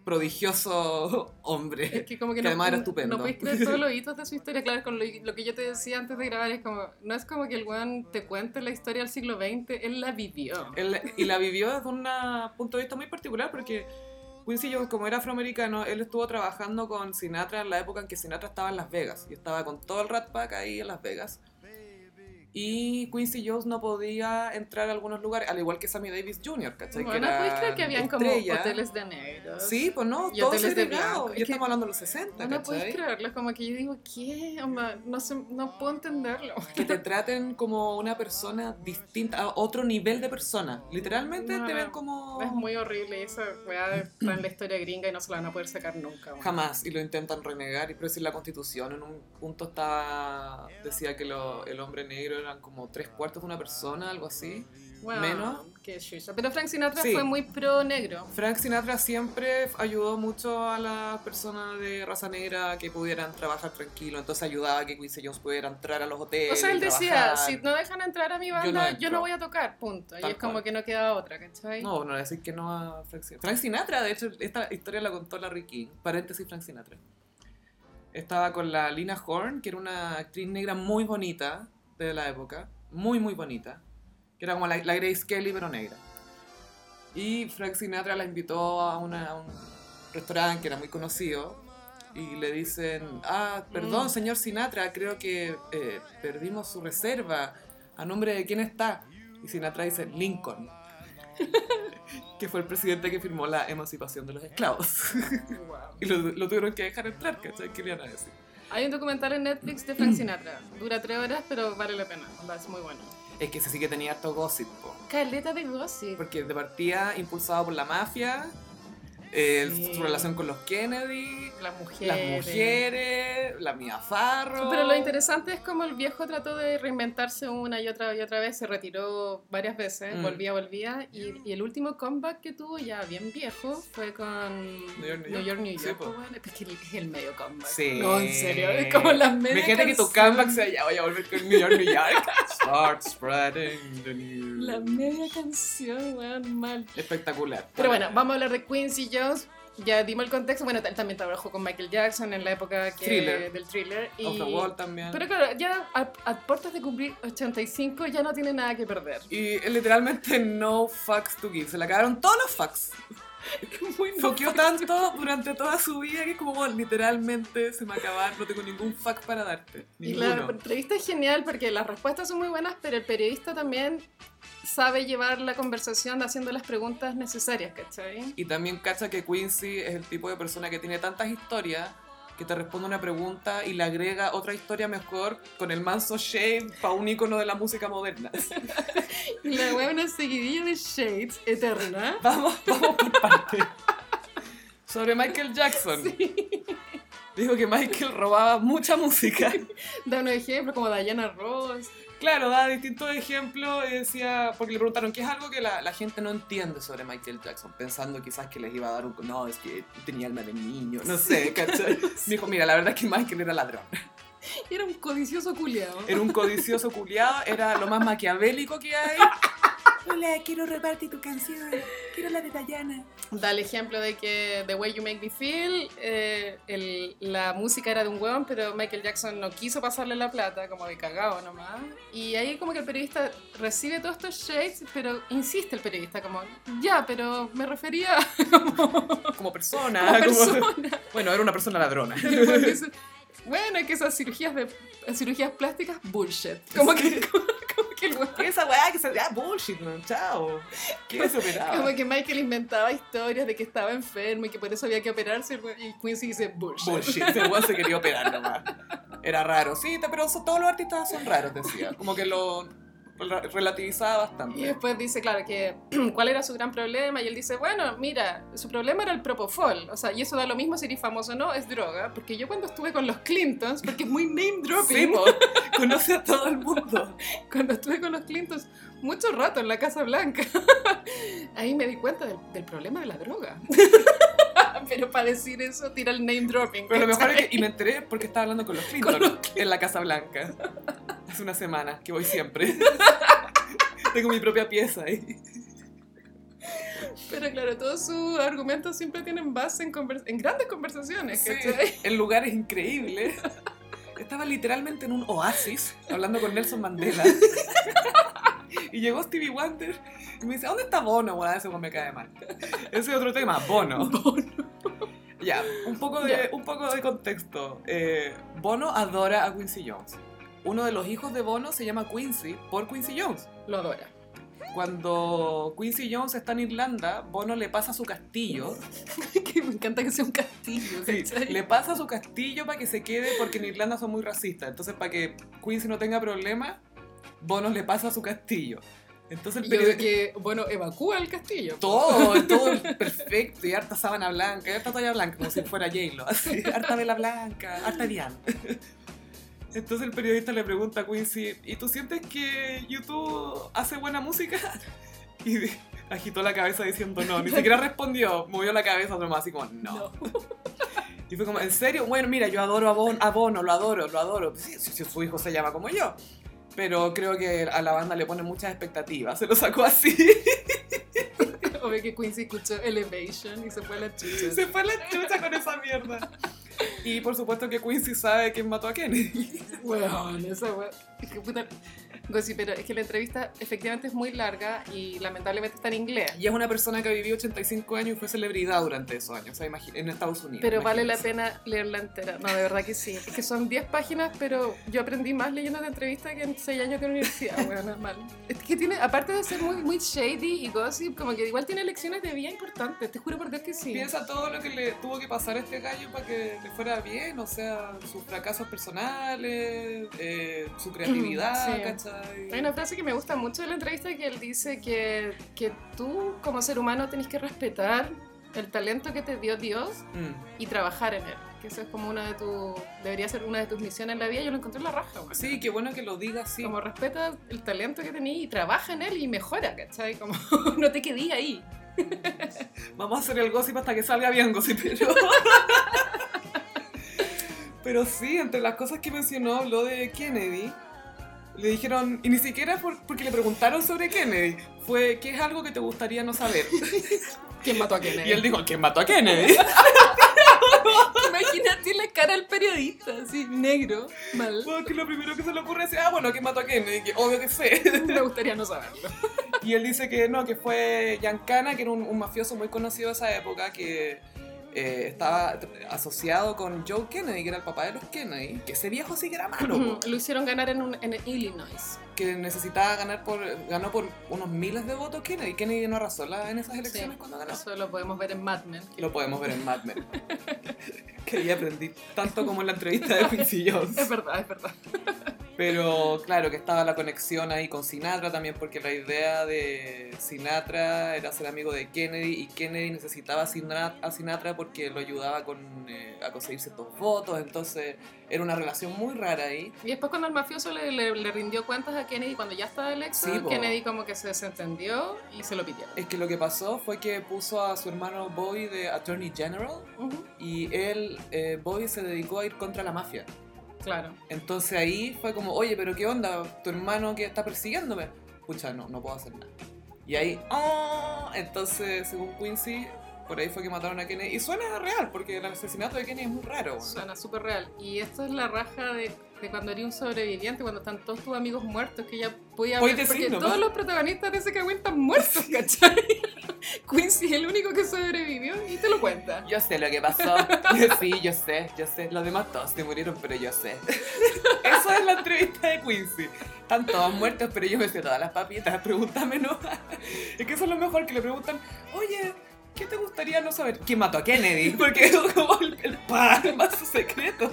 Speaker 1: prodigioso hombre.
Speaker 2: Es que como que,
Speaker 1: Que
Speaker 2: no,
Speaker 1: además era
Speaker 2: no-
Speaker 1: estupendo.
Speaker 2: No puedes creer todos los hitos de su historia. Claro, con lo, lo que yo te decía antes de grabar, es como, no es como que el weón te cuente la historia del siglo XX, él la vivió.
Speaker 1: Él- y la vivió desde un punto de vista muy particular porque Quincy Jones, como era afroamericano, él estuvo trabajando con Sinatra en la época en que Sinatra estaba en Las Vegas y estaba con todo el Rat Pack ahí en Las Vegas. Y Quincy Jones no podía entrar a algunos lugares, al igual que Sammy Davis Jr., ¿cachai?
Speaker 2: Bueno, no puedes creer que
Speaker 1: eran
Speaker 2: habían como
Speaker 1: estrellas.
Speaker 2: hoteles de negros.
Speaker 1: Sí, pues no,
Speaker 2: y
Speaker 1: todo
Speaker 2: hoteles de
Speaker 1: segregado.
Speaker 2: blanco.
Speaker 1: Ya
Speaker 2: Es que-
Speaker 1: estamos hablando de los 60,
Speaker 2: No, no
Speaker 1: ¿cachai?
Speaker 2: puedes creerlo, como que yo digo, ¿qué? Onda, no, sé, no puedo entenderlo.
Speaker 1: que te traten como una persona distinta, a otro nivel de persona. Literalmente
Speaker 2: No,
Speaker 1: te ven
Speaker 2: no.
Speaker 1: como...
Speaker 2: Es muy horrible y esa weá está en la historia gringa y no se la van a poder sacar nunca. weón.
Speaker 1: Jamás, y lo intentan renegar, y pero si la constitución en un punto estaba, decía que lo- el hombre negro eran como tres cuartos de una persona, algo así.
Speaker 2: Weón,
Speaker 1: menos.
Speaker 2: qué chucha. Pero Frank Sinatra
Speaker 1: Sí.
Speaker 2: fue muy pro negro.
Speaker 1: Frank Sinatra siempre ayudó mucho a las personas de raza negra que pudieran trabajar tranquilo, entonces ayudaba a que Quincy Jones pudiera entrar a los hoteles.
Speaker 2: O sea, él decía,
Speaker 1: trabajar.
Speaker 2: si no dejan entrar a mi
Speaker 1: no
Speaker 2: banda, yo no,
Speaker 1: entro.
Speaker 2: voy a tocar, punto. y
Speaker 1: Tal
Speaker 2: es como
Speaker 1: cual.
Speaker 2: que no queda otra, ¿cachai?
Speaker 1: No, no decir que no a Frank Sinatra. Frank Sinatra, de hecho, esta historia la contó Larry King. Paréntesis, Frank Sinatra. Estaba con la Lina Horn, que era una actriz negra muy bonita de la época. Muy, muy bonita. Que era como la, la Grace Kelly, pero negra. Y Frank Sinatra la invitó a, una- a un restaurante que era muy conocido. Y le dicen, ah, perdón,
Speaker 2: Mm.
Speaker 1: señor Sinatra, creo que eh, perdimos su reserva. ¿A nombre de quién está? Y Sinatra dice Lincoln, que fue el presidente que firmó la emancipación de los esclavos.
Speaker 2: Wow.
Speaker 1: y lo, lo tuvieron que dejar entrar, ¿cachai? ¿Qué le iban a decir?
Speaker 2: Hay un documental en Netflix de Frank Sinatra. Dura tres horas, pero vale la pena. Onda, Es muy bueno.
Speaker 1: Es que ese sí que tenía harto gossip, po.
Speaker 2: Caleta de gossip.
Speaker 1: porque de partida impulsado por la mafia, eh,
Speaker 2: Sí.
Speaker 1: su relación con los Kennedy,
Speaker 2: Las mujeres.
Speaker 1: las mujeres, la Mia Farrow.
Speaker 2: Eh, Ah, Pero lo interesante es como el viejo trató de reinventarse una y otra y otra vez, se retiró varias veces,
Speaker 1: Mm.
Speaker 2: volvía, volvía, y, y el último comeback que tuvo ya bien viejo fue con
Speaker 1: New York, New
Speaker 2: New
Speaker 1: York.
Speaker 2: York, New
Speaker 1: Sí,
Speaker 2: York,
Speaker 1: po.
Speaker 2: pues, bueno, es que es el medio comeback.
Speaker 1: Sí.
Speaker 2: No, en serio, es como las medias
Speaker 1: Imagínate que tu
Speaker 2: canciones-
Speaker 1: comeback sea ya, voy a volver con New York, New York. Start spreading the news.
Speaker 2: La media canción, weón, mal.
Speaker 1: Espectacular.
Speaker 2: Pero bueno, vamos a hablar de Quincy Jones. Ya dimos el contexto. Bueno, él también trabajó con Michael Jackson en la época que-
Speaker 1: Thriller.
Speaker 2: del thriller. Y...
Speaker 1: Off the Wall también.
Speaker 2: Pero claro, ya a, a puertas de cumplir 85 ya no tiene nada que perder.
Speaker 1: Y eh, literalmente no fucks to give. Se le acabaron todos los fucks.
Speaker 2: Muy
Speaker 1: Foqueó tanto durante toda su vida que es como bueno, literalmente se me acabaron, no tengo ningún fuck para darte.
Speaker 2: Y la
Speaker 1: Ninguno.
Speaker 2: entrevista es genial porque las respuestas son muy buenas, pero el periodista también sabe llevar la conversación haciendo las preguntas necesarias, ¿cachai?
Speaker 1: Y también cacha que Quincy es el tipo de persona que tiene tantas historias que te responde una pregunta y le agrega otra historia mejor con el manso shade para un icono de la música moderna.
Speaker 2: Y la wea una seguidilla de shades eterna.
Speaker 1: Vamos, vamos por parte. Sobre Michael Jackson. Dijo que Michael robaba mucha música.
Speaker 2: Da un ejemplo como Diana Ross.
Speaker 1: Claro, da distintos ejemplos y decía, porque le preguntaron qué es algo que la, la gente no entiende sobre Michael Jackson, pensando quizás que les iba a dar un... No, es que tenía alma de niño, no sé, ¿cachai? Me dijo, mira, la verdad es que Michael era ladrón.
Speaker 2: Era un codicioso culiado.
Speaker 1: Era un codicioso culiado, era lo más maquiavélico que hay. Hola, quiero robarte tu canción, quiero la de Diana.
Speaker 2: Da el ejemplo de que The Way You Make Me Feel, eh, el- la música era de un hueón, pero Michael Jackson no quiso pasarle la plata, como de cagado nomás. Y ahí como que el periodista recibe todos estos shades, pero insiste el periodista, como, ya, pero me refería a
Speaker 1: Como persona,
Speaker 2: la
Speaker 1: Ah, como-
Speaker 2: persona.
Speaker 1: bueno, era una persona ladrona.
Speaker 2: Y el hueón dice, bueno, es que esas cirugías, de, cirugías plásticas, bullshit. Como que, como, como que el hueón-
Speaker 1: Esa weá que se... Ah, bullshit, man, chao. ¿Qué se operaba?
Speaker 2: Como que Michael inventaba historias de que estaba enfermo y que por eso había que operarse y el hueón- y Quincy dice bullshit.
Speaker 1: Bullshit, el weón se quería operar nomás. Era raro, sí, te- pero eso- todos los artistas son raros, decía. Como que lo rela- relativizaba
Speaker 2: Y
Speaker 1: bastante.
Speaker 2: después dice, claro, que cuál era su gran problema. Y él dice, bueno, mira, su problema era el propofol. O sea, y eso da lo mismo si eres famoso o no, es droga. Porque yo cuando estuve con los Clintons, porque es muy name
Speaker 1: Sí,
Speaker 2: dropping,
Speaker 1: po, conoce a todo el mundo.
Speaker 2: cuando estuve con los Clintons mucho rato en la Casa Blanca, ahí me di cuenta del, del problema de la droga. Pero para decir eso, tira el name dropping.
Speaker 1: Pero lo mejor es
Speaker 2: ¿cachai?
Speaker 1: que, y me enteré porque estaba hablando con los Clinton
Speaker 2: Con los
Speaker 1: en la Casa Blanca. Hace una semana, que voy siempre. Tengo mi propia pieza ahí.
Speaker 2: Pero claro, todos sus argumentos siempre tienen base en, conver- en grandes conversaciones,
Speaker 1: Sí,
Speaker 2: ¿cachai?
Speaker 1: el lugar es increíble. Estaba literalmente en un oasis hablando con Nelson Mandela. Y llegó Stevie Wonder y me dice, ¿dónde está Bono? Bueno, ese weón me cae mal. Ese es otro tema, Bono. Ya, un poco de,
Speaker 2: Ya.
Speaker 1: un poco de contexto. Eh, Bono adora a Quincy Jones. Uno de los hijos de Bono se llama Quincy por Quincy Jones.
Speaker 2: Lo adora.
Speaker 1: Cuando Quincy Jones está en Irlanda, Bono le pasa su castillo
Speaker 2: Que me encanta que sea un castillo,
Speaker 1: Sí,
Speaker 2: ¿cachai?
Speaker 1: le pasa su castillo para que se quede porque en Irlanda son muy racistas. Entonces, para que Quincy no tenga problemas, Bonos le pasa su castillo. Entonces, el
Speaker 2: Y obvio
Speaker 1: periodista...
Speaker 2: que, bueno, evacúa el castillo.
Speaker 1: Todo, todo perfecto. Y harta sábana blanca, y harta toalla blanca, como si fuera J-Lo. así, Harta vela blanca, harta Diana. Entonces el periodista le pregunta a Quincy, ¿y tú sientes que YouTube hace buena música? Y de- agitó la cabeza diciendo no, ni siquiera respondió, movió la cabeza nomás así como no. Y fue como, ¿en serio? Bueno, mira, yo adoro a, Bon- a Bono, lo adoro, lo adoro. Sí, sí, sí, su hijo se llama como yo. Pero creo que a la banda le pone muchas expectativas. Se lo sacó así.
Speaker 2: Obvio que Quincy escuchó Elevation y se fue a la chucha.
Speaker 1: se fue a la chucha con esa mierda. Y por supuesto que Quincy sabe quién mató a Kennedy.
Speaker 2: Weón, esa weón. Qué puta. Gossip, pero es que la entrevista efectivamente es muy larga y lamentablemente está en inglés.
Speaker 1: Y es una persona que vivió 85 años y fue celebridad durante esos años. O sea, imagi- en Estados Unidos.
Speaker 2: Pero vale la
Speaker 1: imagínense.
Speaker 2: pena leerla entera. No, de verdad que sí. Es que son 10 páginas, pero yo aprendí más leyendo la entrevista que en 6 años de universidad. Bueno, es mal. Es que tiene, aparte de ser muy, muy shady y gossip, como que igual tiene lecciones de vida importantes. Te juro por Dios que sí.
Speaker 1: Piensa todo lo que le tuvo que pasar a este gallo para que le fuera bien, o sea, sus fracasos personales, eh, su creatividad,
Speaker 2: Mm, Sí.
Speaker 1: ¿cachai?
Speaker 2: Hay una frase que me gusta mucho de la entrevista que él dice que, que tú como ser humano tenés que respetar el talento que te dio Dios
Speaker 1: Mm.
Speaker 2: y trabajar en él. Que eso es como una de tus... Debería ser una de tus misiones en la vida. Yo lo encontré en la raja, weón.
Speaker 1: Sí, qué bueno que lo diga así.
Speaker 2: Como respeta el talento que tenés y trabaja en él y mejora, ¿cachai? Como no te quedí ahí.
Speaker 1: Vamos a hacer el gossip hasta que salga bien gossip, pero... pero sí, entre las cosas que mencionó habló de Kennedy. Le dijeron, y ni siquiera por- porque le preguntaron sobre Kennedy, fue, ¿qué es algo que te gustaría no saber?
Speaker 2: ¿Quién mató a
Speaker 1: Y él dijo, ¿quién mató a Kennedy?
Speaker 2: Imagínate la cara del periodista, así, negro, mal.
Speaker 1: Porque lo primero que se le ocurre es, ah, bueno, ¿quién mató a Kennedy? Que obvio que sé.
Speaker 2: Me gustaría no saberlo.
Speaker 1: Y él dice que no, que fue Giancana, que era un, un mafioso muy conocido de esa época, que eh, estaba tr- asociado con Joe Kennedy, que era el papá de los Kennedy, que ese viejo sí que era malo, po,
Speaker 2: Lo hicieron ganar en, un- en Illinois.
Speaker 1: que necesitaba ganar por, ganó por unos miles de votos Kennedy. Kennedy no arrasó la- en esas elecciones
Speaker 2: Sí.
Speaker 1: cuando ganó.
Speaker 2: Eso lo podemos ver en Mad Men.
Speaker 1: Lo podemos ver en Mad Men. que ahí aprendí tanto como en la entrevista de Quincy Jones.
Speaker 2: Es verdad, es verdad.
Speaker 1: Pero claro que estaba la conexión ahí con Sinatra también, porque la idea de Sinatra era ser amigo de Kennedy y Kennedy necesitaba a Sinatra, a Sinatra porque lo ayudaba con, eh, a conseguir ciertos votos, entonces era una relación muy rara ahí.
Speaker 2: Y después cuando el mafioso le, le- le rindió cuentas a Kennedy, cuando ya estaba electo,
Speaker 1: Sí, po.
Speaker 2: Kennedy como que se desentendió y se lo pidieron.
Speaker 1: Es que lo que pasó fue que puso a su hermano Boy de Attorney General y él, eh, Boy, se dedicó a ir contra la mafia.
Speaker 2: Claro.
Speaker 1: Entonces ahí fue como, oye, pero ¿qué onda? Tu hermano que está persiguiéndome. Pucha, no, no puedo hacer nada. Y ahí, "Ah". entonces, según Quincy, por ahí fue que mataron a Kennedy. Y suena real, porque el asesinato de Kennedy es muy raro. weón.
Speaker 2: Suena súper real. Y esto es la raja de, de cuando eres un sobreviviente, cuando están todos tus amigos muertos, que ya podía
Speaker 1: Puedes
Speaker 2: ver- Porque
Speaker 1: decir nomás.
Speaker 2: todos los protagonistas de ese cagüín están muertos, ¿cachai? Quincy es el único que sobrevivió y te lo cuenta.
Speaker 1: Yo sé lo que pasó. sí, yo sé, yo sé. Los demás todos se murieron, pero yo sé. Eso es la entrevista de Quincy. Están todos muertos, pero yo me sé todas las papitas. Pregúntame, no. Es que eso es lo mejor, que le preguntan, oye, ¿qué te gustaría no saber? ¿Quién mató a Kennedy? Porque es como el, el pan más secreto.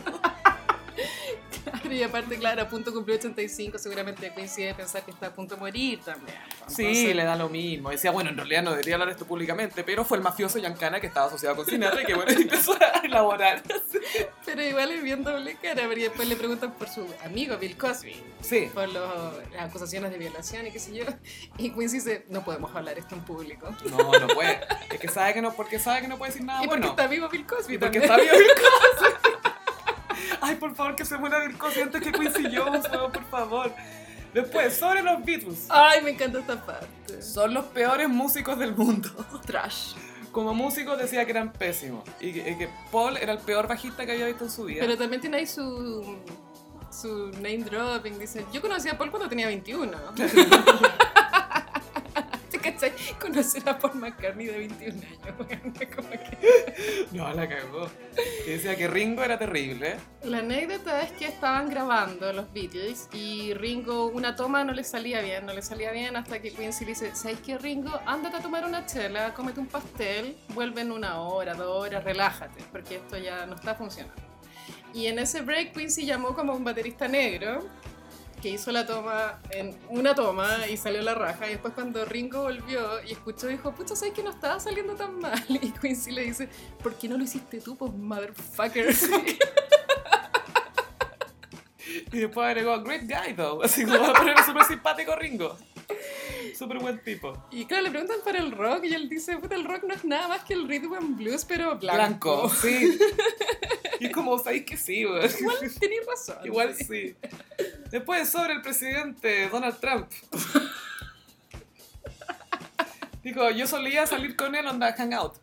Speaker 2: Claro, y aparte, claro, a punto cumplió 85, seguramente coincide de pensar que está a punto de morir también.
Speaker 1: Sí,
Speaker 2: Entonces,
Speaker 1: le da lo mismo. Decía, bueno, en realidad no debería hablar esto públicamente, pero fue el mafioso Yancana que estaba asociado con Sinatra y que bueno, empezó a elaborar.
Speaker 2: Pero igual es bien doble cara, porque después le preguntan por su amigo Bill Cosby,
Speaker 1: Sí,
Speaker 2: por los- las acusaciones de violación y qué sé yo. Y Quincy dice, no podemos hablar esto en público.
Speaker 1: no, no puede. Es que sabe que no, porque sabe que no puede decir nada
Speaker 2: y porque
Speaker 1: Ah, bueno.
Speaker 2: está vivo Bill Cosby
Speaker 1: Y porque
Speaker 2: también.
Speaker 1: está vivo Bill Cosby. Ay, por favor, que se muera Bill Cosby antes que Quincy Jones, weón, por favor. Después, sobre los Beatles.
Speaker 2: Ay, me encanta esta parte.
Speaker 1: Son los peores músicos del mundo.
Speaker 2: Trash.
Speaker 1: Como músicos decía que eran pésimos. Y que, y que Paul era el peor bajista que había visto en su vida.
Speaker 2: Pero también tiene ahí su, su name dropping. Dice, yo conocí a Paul cuando tenía 21. ¿Te cachai? Conocer a Paul McCartney de 21 años. weón, es como que-
Speaker 1: No, la cagó. Que decía que Ringo era terrible.
Speaker 2: La anécdota es que estaban grabando los Beatles y Ringo una toma no le salía bien, no le salía bien hasta que Quincy le dice, ¿sabes qué Ringo? Ándate a tomar una chela, cómete un pastel, vuelve en una hora, dos horas, relájate, porque esto ya no está funcionando. Y en ese break Quincy llamó como un baterista negro que hizo la toma en una toma y salió la raja. Y después cuando Ringo volvió y escuchó, dijo, pucha, ¿sabes que no estaba saliendo tan mal? Y Quincy le dice, ¿por qué no lo hiciste tú, pues motherfucker?
Speaker 1: Y después agregó, great guy though. Así como, pero era súper simpático Ringo. Súper buen tipo.
Speaker 2: Y claro, le preguntan para el rock y él dice, puta, el rock no es nada más que el rhythm and blues, pero blanco.
Speaker 1: Blanco, sí. Y es como, ¿sabéis que sí, weón?
Speaker 2: Igual tenéis razón.
Speaker 1: Igual sí. Después sobre el presidente Donald Trump. Dijo, yo solía salir con él onda hangout.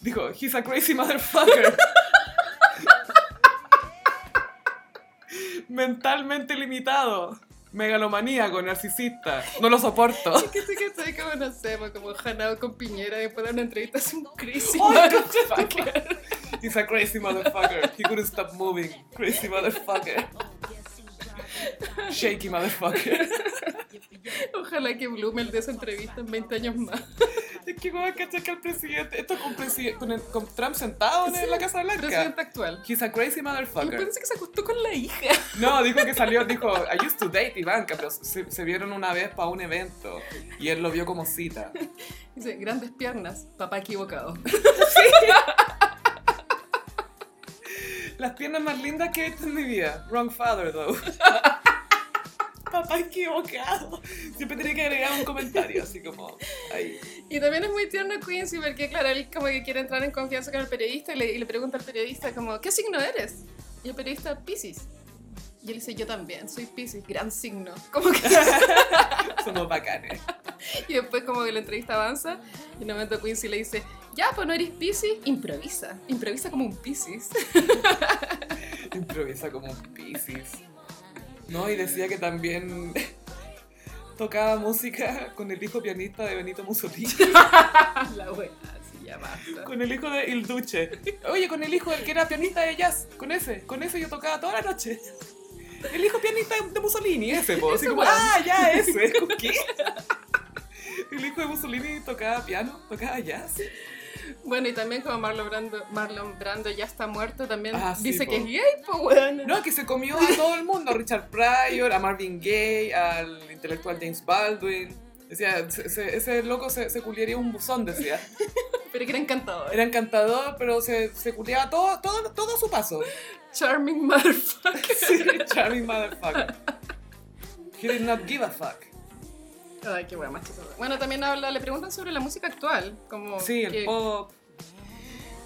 Speaker 1: Dijo, he's a crazy motherfucker. Mentalmente limitado. Megalomaníaco, narcisista. No lo soporto.
Speaker 2: Es que sí que soy como, no sé, pues, como Hanao con Piñera después de una entrevista es un crisis.
Speaker 1: Oh,
Speaker 2: motherfucker.
Speaker 1: He's a crazy motherfucker. He couldn't stop moving. Crazy motherfucker. Shaky motherfucker.
Speaker 2: Ojalá que Blumel de esa entrevista en 20 años más.
Speaker 1: Es que weón, cachai que el presidente. Esto con, presi- con, el- con Trump sentado en la Casa Blanca.
Speaker 2: Presidente actual.
Speaker 1: He's a crazy
Speaker 2: Yo
Speaker 1: motherfucker.
Speaker 2: pensé que se acostó con la hija.
Speaker 1: No, dijo que salió, dijo, I used to date Ivanka, pero se, se vieron una vez para un evento y él lo vio como cita.
Speaker 2: Dice, grandes piernas, papá equivocado.
Speaker 1: Las piernas más lindas que he visto en mi vida. Wrong father, though. Papá equivocado. Siempre tenía que agregar un comentario, así como, ahí.
Speaker 2: Y también es muy tierno Quincy porque, claro, él como que quiere entrar en confianza con el periodista y le, y le pregunta al periodista como, ¿qué signo eres? Y el periodista, Pisces. Y él dice, yo también, soy Pisces, gran signo. Como que,
Speaker 1: Somos bacanes.
Speaker 2: y después como que la entrevista avanza y en un momento Quincy le dice, ya, pues no eres Pisces, improvisa, improvisa como un Pisces.
Speaker 1: Improvisa como un piscis. No, y decía que también tocaba música con el hijo pianista de Benito Mussolini,
Speaker 2: la buena, así ya basta.
Speaker 1: con el hijo de Il Duce. Oye, con el hijo del que era pianista de jazz, con ese, con ese yo tocaba toda la noche. El hijo pianista de Mussolini, ese, po. Así
Speaker 2: Ese
Speaker 1: como,
Speaker 2: weón.
Speaker 1: ah, ya, ese. ¿Con qué? El hijo de Mussolini tocaba piano, tocaba jazz.
Speaker 2: Bueno, y también como Marlon Brando, Marlon Brando ya está muerto, también
Speaker 1: Ah, sí,
Speaker 2: dice
Speaker 1: po.
Speaker 2: que es gay, pues bueno.
Speaker 1: No, que se comió a todo el mundo, a Richard Pryor, a Marvin Gaye, al intelectual James Baldwin. Decía, se- se- ese loco se, se culiaría un buzón, decía.
Speaker 2: Pero que era encantador.
Speaker 1: Era encantador, pero se, se culiaba todo, todo, todo a su paso.
Speaker 2: Charming motherfucker.
Speaker 1: Sí, charming motherfucker. He did not give a fuck.
Speaker 2: Ay, qué buena Bueno, también habla, le preguntan sobre la música actual, como
Speaker 1: Sí, el
Speaker 2: que-
Speaker 1: pop.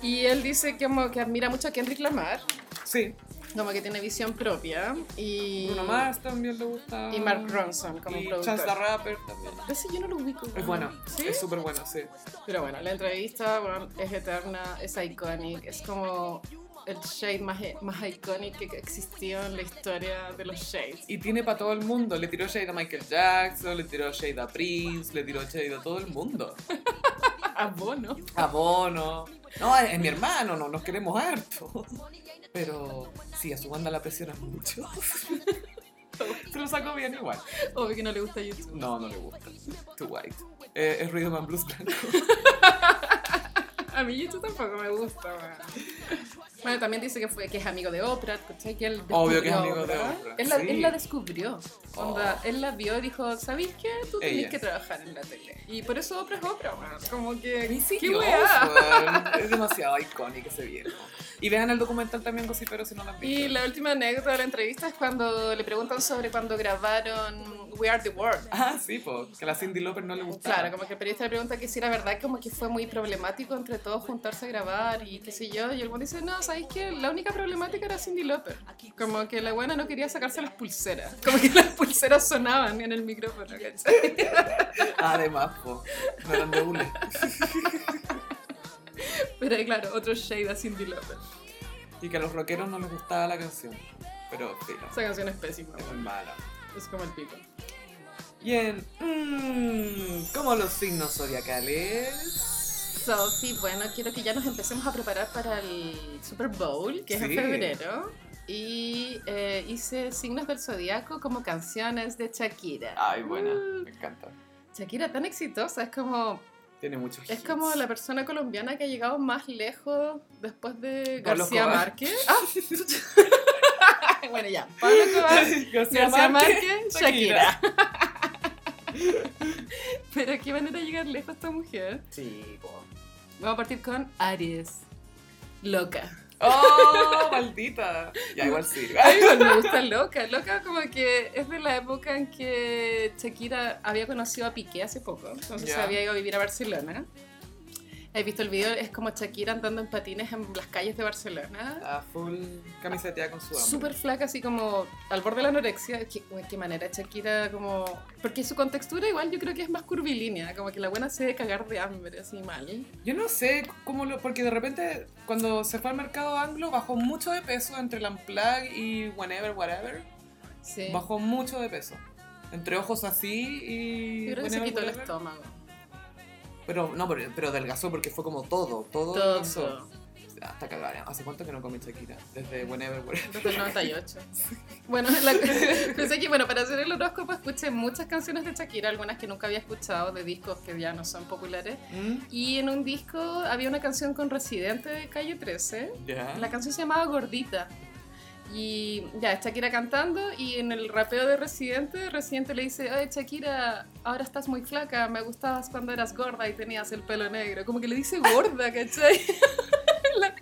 Speaker 2: y él dice que como que admira mucho a Kendrick Lamar,
Speaker 1: Sí,
Speaker 2: como que tiene visión propia y
Speaker 1: Bruno Mars también le gusta.
Speaker 2: y Mark Ronson como
Speaker 1: Y
Speaker 2: productor.
Speaker 1: Chance the Rapper también.
Speaker 2: Ese yo no lo ubico.
Speaker 1: Es bueno,
Speaker 2: ¿Sí?
Speaker 1: es súper bueno, sí.
Speaker 2: Pero bueno, la entrevista bueno, es eterna, es icónica, es como el shade más, más icónico que existió en la historia de los shades.
Speaker 1: Y tiene para todo el mundo. Le tiró shade a Michael Jackson, le tiró shade a Prince, le tiró shade a todo el mundo.
Speaker 2: Ah, bono.
Speaker 1: A Bono. No, es, es mi hermano, no, nos queremos harto. Pero sí, a su banda la presiona mucho. Se lo sacó bien igual.
Speaker 2: Obvio que no le gusta YouTube.
Speaker 1: No, no le gusta. Too white. Eh, es Rhythm and Blues blanco.
Speaker 2: A mí YouTube tampoco me gusta. weón. Bueno, también dice que, fue, que es amigo de Oprah, ¿cachai? Que él
Speaker 1: Obvio que es
Speaker 2: descubrió a
Speaker 1: amigo de
Speaker 2: Oprah.
Speaker 1: Oprah,
Speaker 2: Él la,
Speaker 1: sí.
Speaker 2: él la descubrió.
Speaker 1: Oh.
Speaker 2: Onda, él la vio y dijo, ¿sabéis qué? Tú tenés
Speaker 1: Ella.
Speaker 2: que trabajar en la tele. Y por eso Oprah es Oprah, weón. Como que... ¡Qué
Speaker 1: Dios,
Speaker 2: weá!
Speaker 1: weón. Es demasiado icónico ese viejo. Y vean el documental también, pero si no lo han visto.
Speaker 2: Y la última anécdota de la entrevista es cuando le preguntan sobre cuando grabaron We Are The World.
Speaker 1: Ah, sí, pues, que a la Cindy Lauper no le gustaba.
Speaker 2: Claro, como que el periodista le pregunta que si era verdad, como que fue muy problemático entre todos juntarse a grabar y qué sé yo. Y el buen dice, no, ¿sabéis qué? La única problemática era Cindy Lauper. Como que la buena no quería sacarse las pulseras. Como que las pulseras sonaban en el micrófono, ¿cachai?
Speaker 1: Además, po, no eran de hule.
Speaker 2: Pero ahí, claro, otro shade a Cindy Lauper.
Speaker 1: Y que a los rockeros no les gustaba la canción. Pero, filo,
Speaker 2: Esa canción es pésima,
Speaker 1: es muy mala.
Speaker 2: es como el pico.
Speaker 1: Y en. Mmm, como los signos zodiacales.
Speaker 2: Sophie, bueno, quiero que ya nos empecemos a preparar para el Super Bowl, que es
Speaker 1: Sí.
Speaker 2: en febrero. Y eh, hice signos del zodiaco como canciones de Shakira.
Speaker 1: Ay, buena,
Speaker 2: Mm,
Speaker 1: me encanta.
Speaker 2: Shakira tan exitosa, es como,
Speaker 1: Tiene muchos
Speaker 2: es
Speaker 1: hits.
Speaker 2: como la persona colombiana que ha llegado más lejos después de
Speaker 1: Pablo
Speaker 2: García
Speaker 1: Escobar.
Speaker 2: Márquez. Ah. bueno, ya. Pablo Escobar,
Speaker 1: García
Speaker 2: García
Speaker 1: Márquez.
Speaker 2: Márquez, Shakira.
Speaker 1: Shakira.
Speaker 2: Pero qué manera de llegar lejos esta mujer.
Speaker 1: Sí, po.
Speaker 2: Vamos a partir con Aries. Loca.
Speaker 1: ¡Oh, maldita! Ya, igual sí.
Speaker 2: Ay, igual me gusta Loca. Loca como que es de la época en que Shakira había conocido a Piqué hace poco. Entonces
Speaker 1: Ya.
Speaker 2: se había ido a vivir a Barcelona. He visto el video, es como Shakira andando en patines en las calles de Barcelona.
Speaker 1: A full camiseteada con su hambre.
Speaker 2: Súper flaca, así como al borde de la anorexia. Qué, uy, qué manera Shakira como... Porque su contextura igual yo creo que es más curvilínea. Como que la buena se debe cagar de hambre, así mal.
Speaker 1: Yo no sé cómo lo. Porque de repente, cuando se fue al mercado anglo, bajó mucho de peso entre el Unplug y Whenever, Whatever.
Speaker 2: Sí.
Speaker 1: Bajó mucho de peso. Entre ojos así y.
Speaker 2: Yo creo que se
Speaker 1: Whenever,
Speaker 2: quitó el
Speaker 1: Whatever.
Speaker 2: estómago.
Speaker 1: Pero no, pero, pero adelgazó porque fue como todo, todo. adelgazó.
Speaker 2: Todo.
Speaker 1: Hasta cagar. ¿Hace cuánto que no comí Shakira? Desde Whenever, Whatever.
Speaker 2: Desde el 98. Bueno, la, pensé que bueno, para hacer el horóscopo escuché muchas canciones de Shakira, algunas que nunca había escuchado, de discos que ya no son populares.
Speaker 1: ¿Mm?
Speaker 2: Y en un disco había una canción con Residente de Calle 13.
Speaker 1: Ya.
Speaker 2: La canción se llamaba Gordita. Y ya, Shakira cantando y en el rapeo de Residente, Residente le dice, oye Shakira, ahora estás muy flaca, me gustabas cuando eras gorda y tenías el pelo negro. Como que le dice gorda, ¿cachai? La-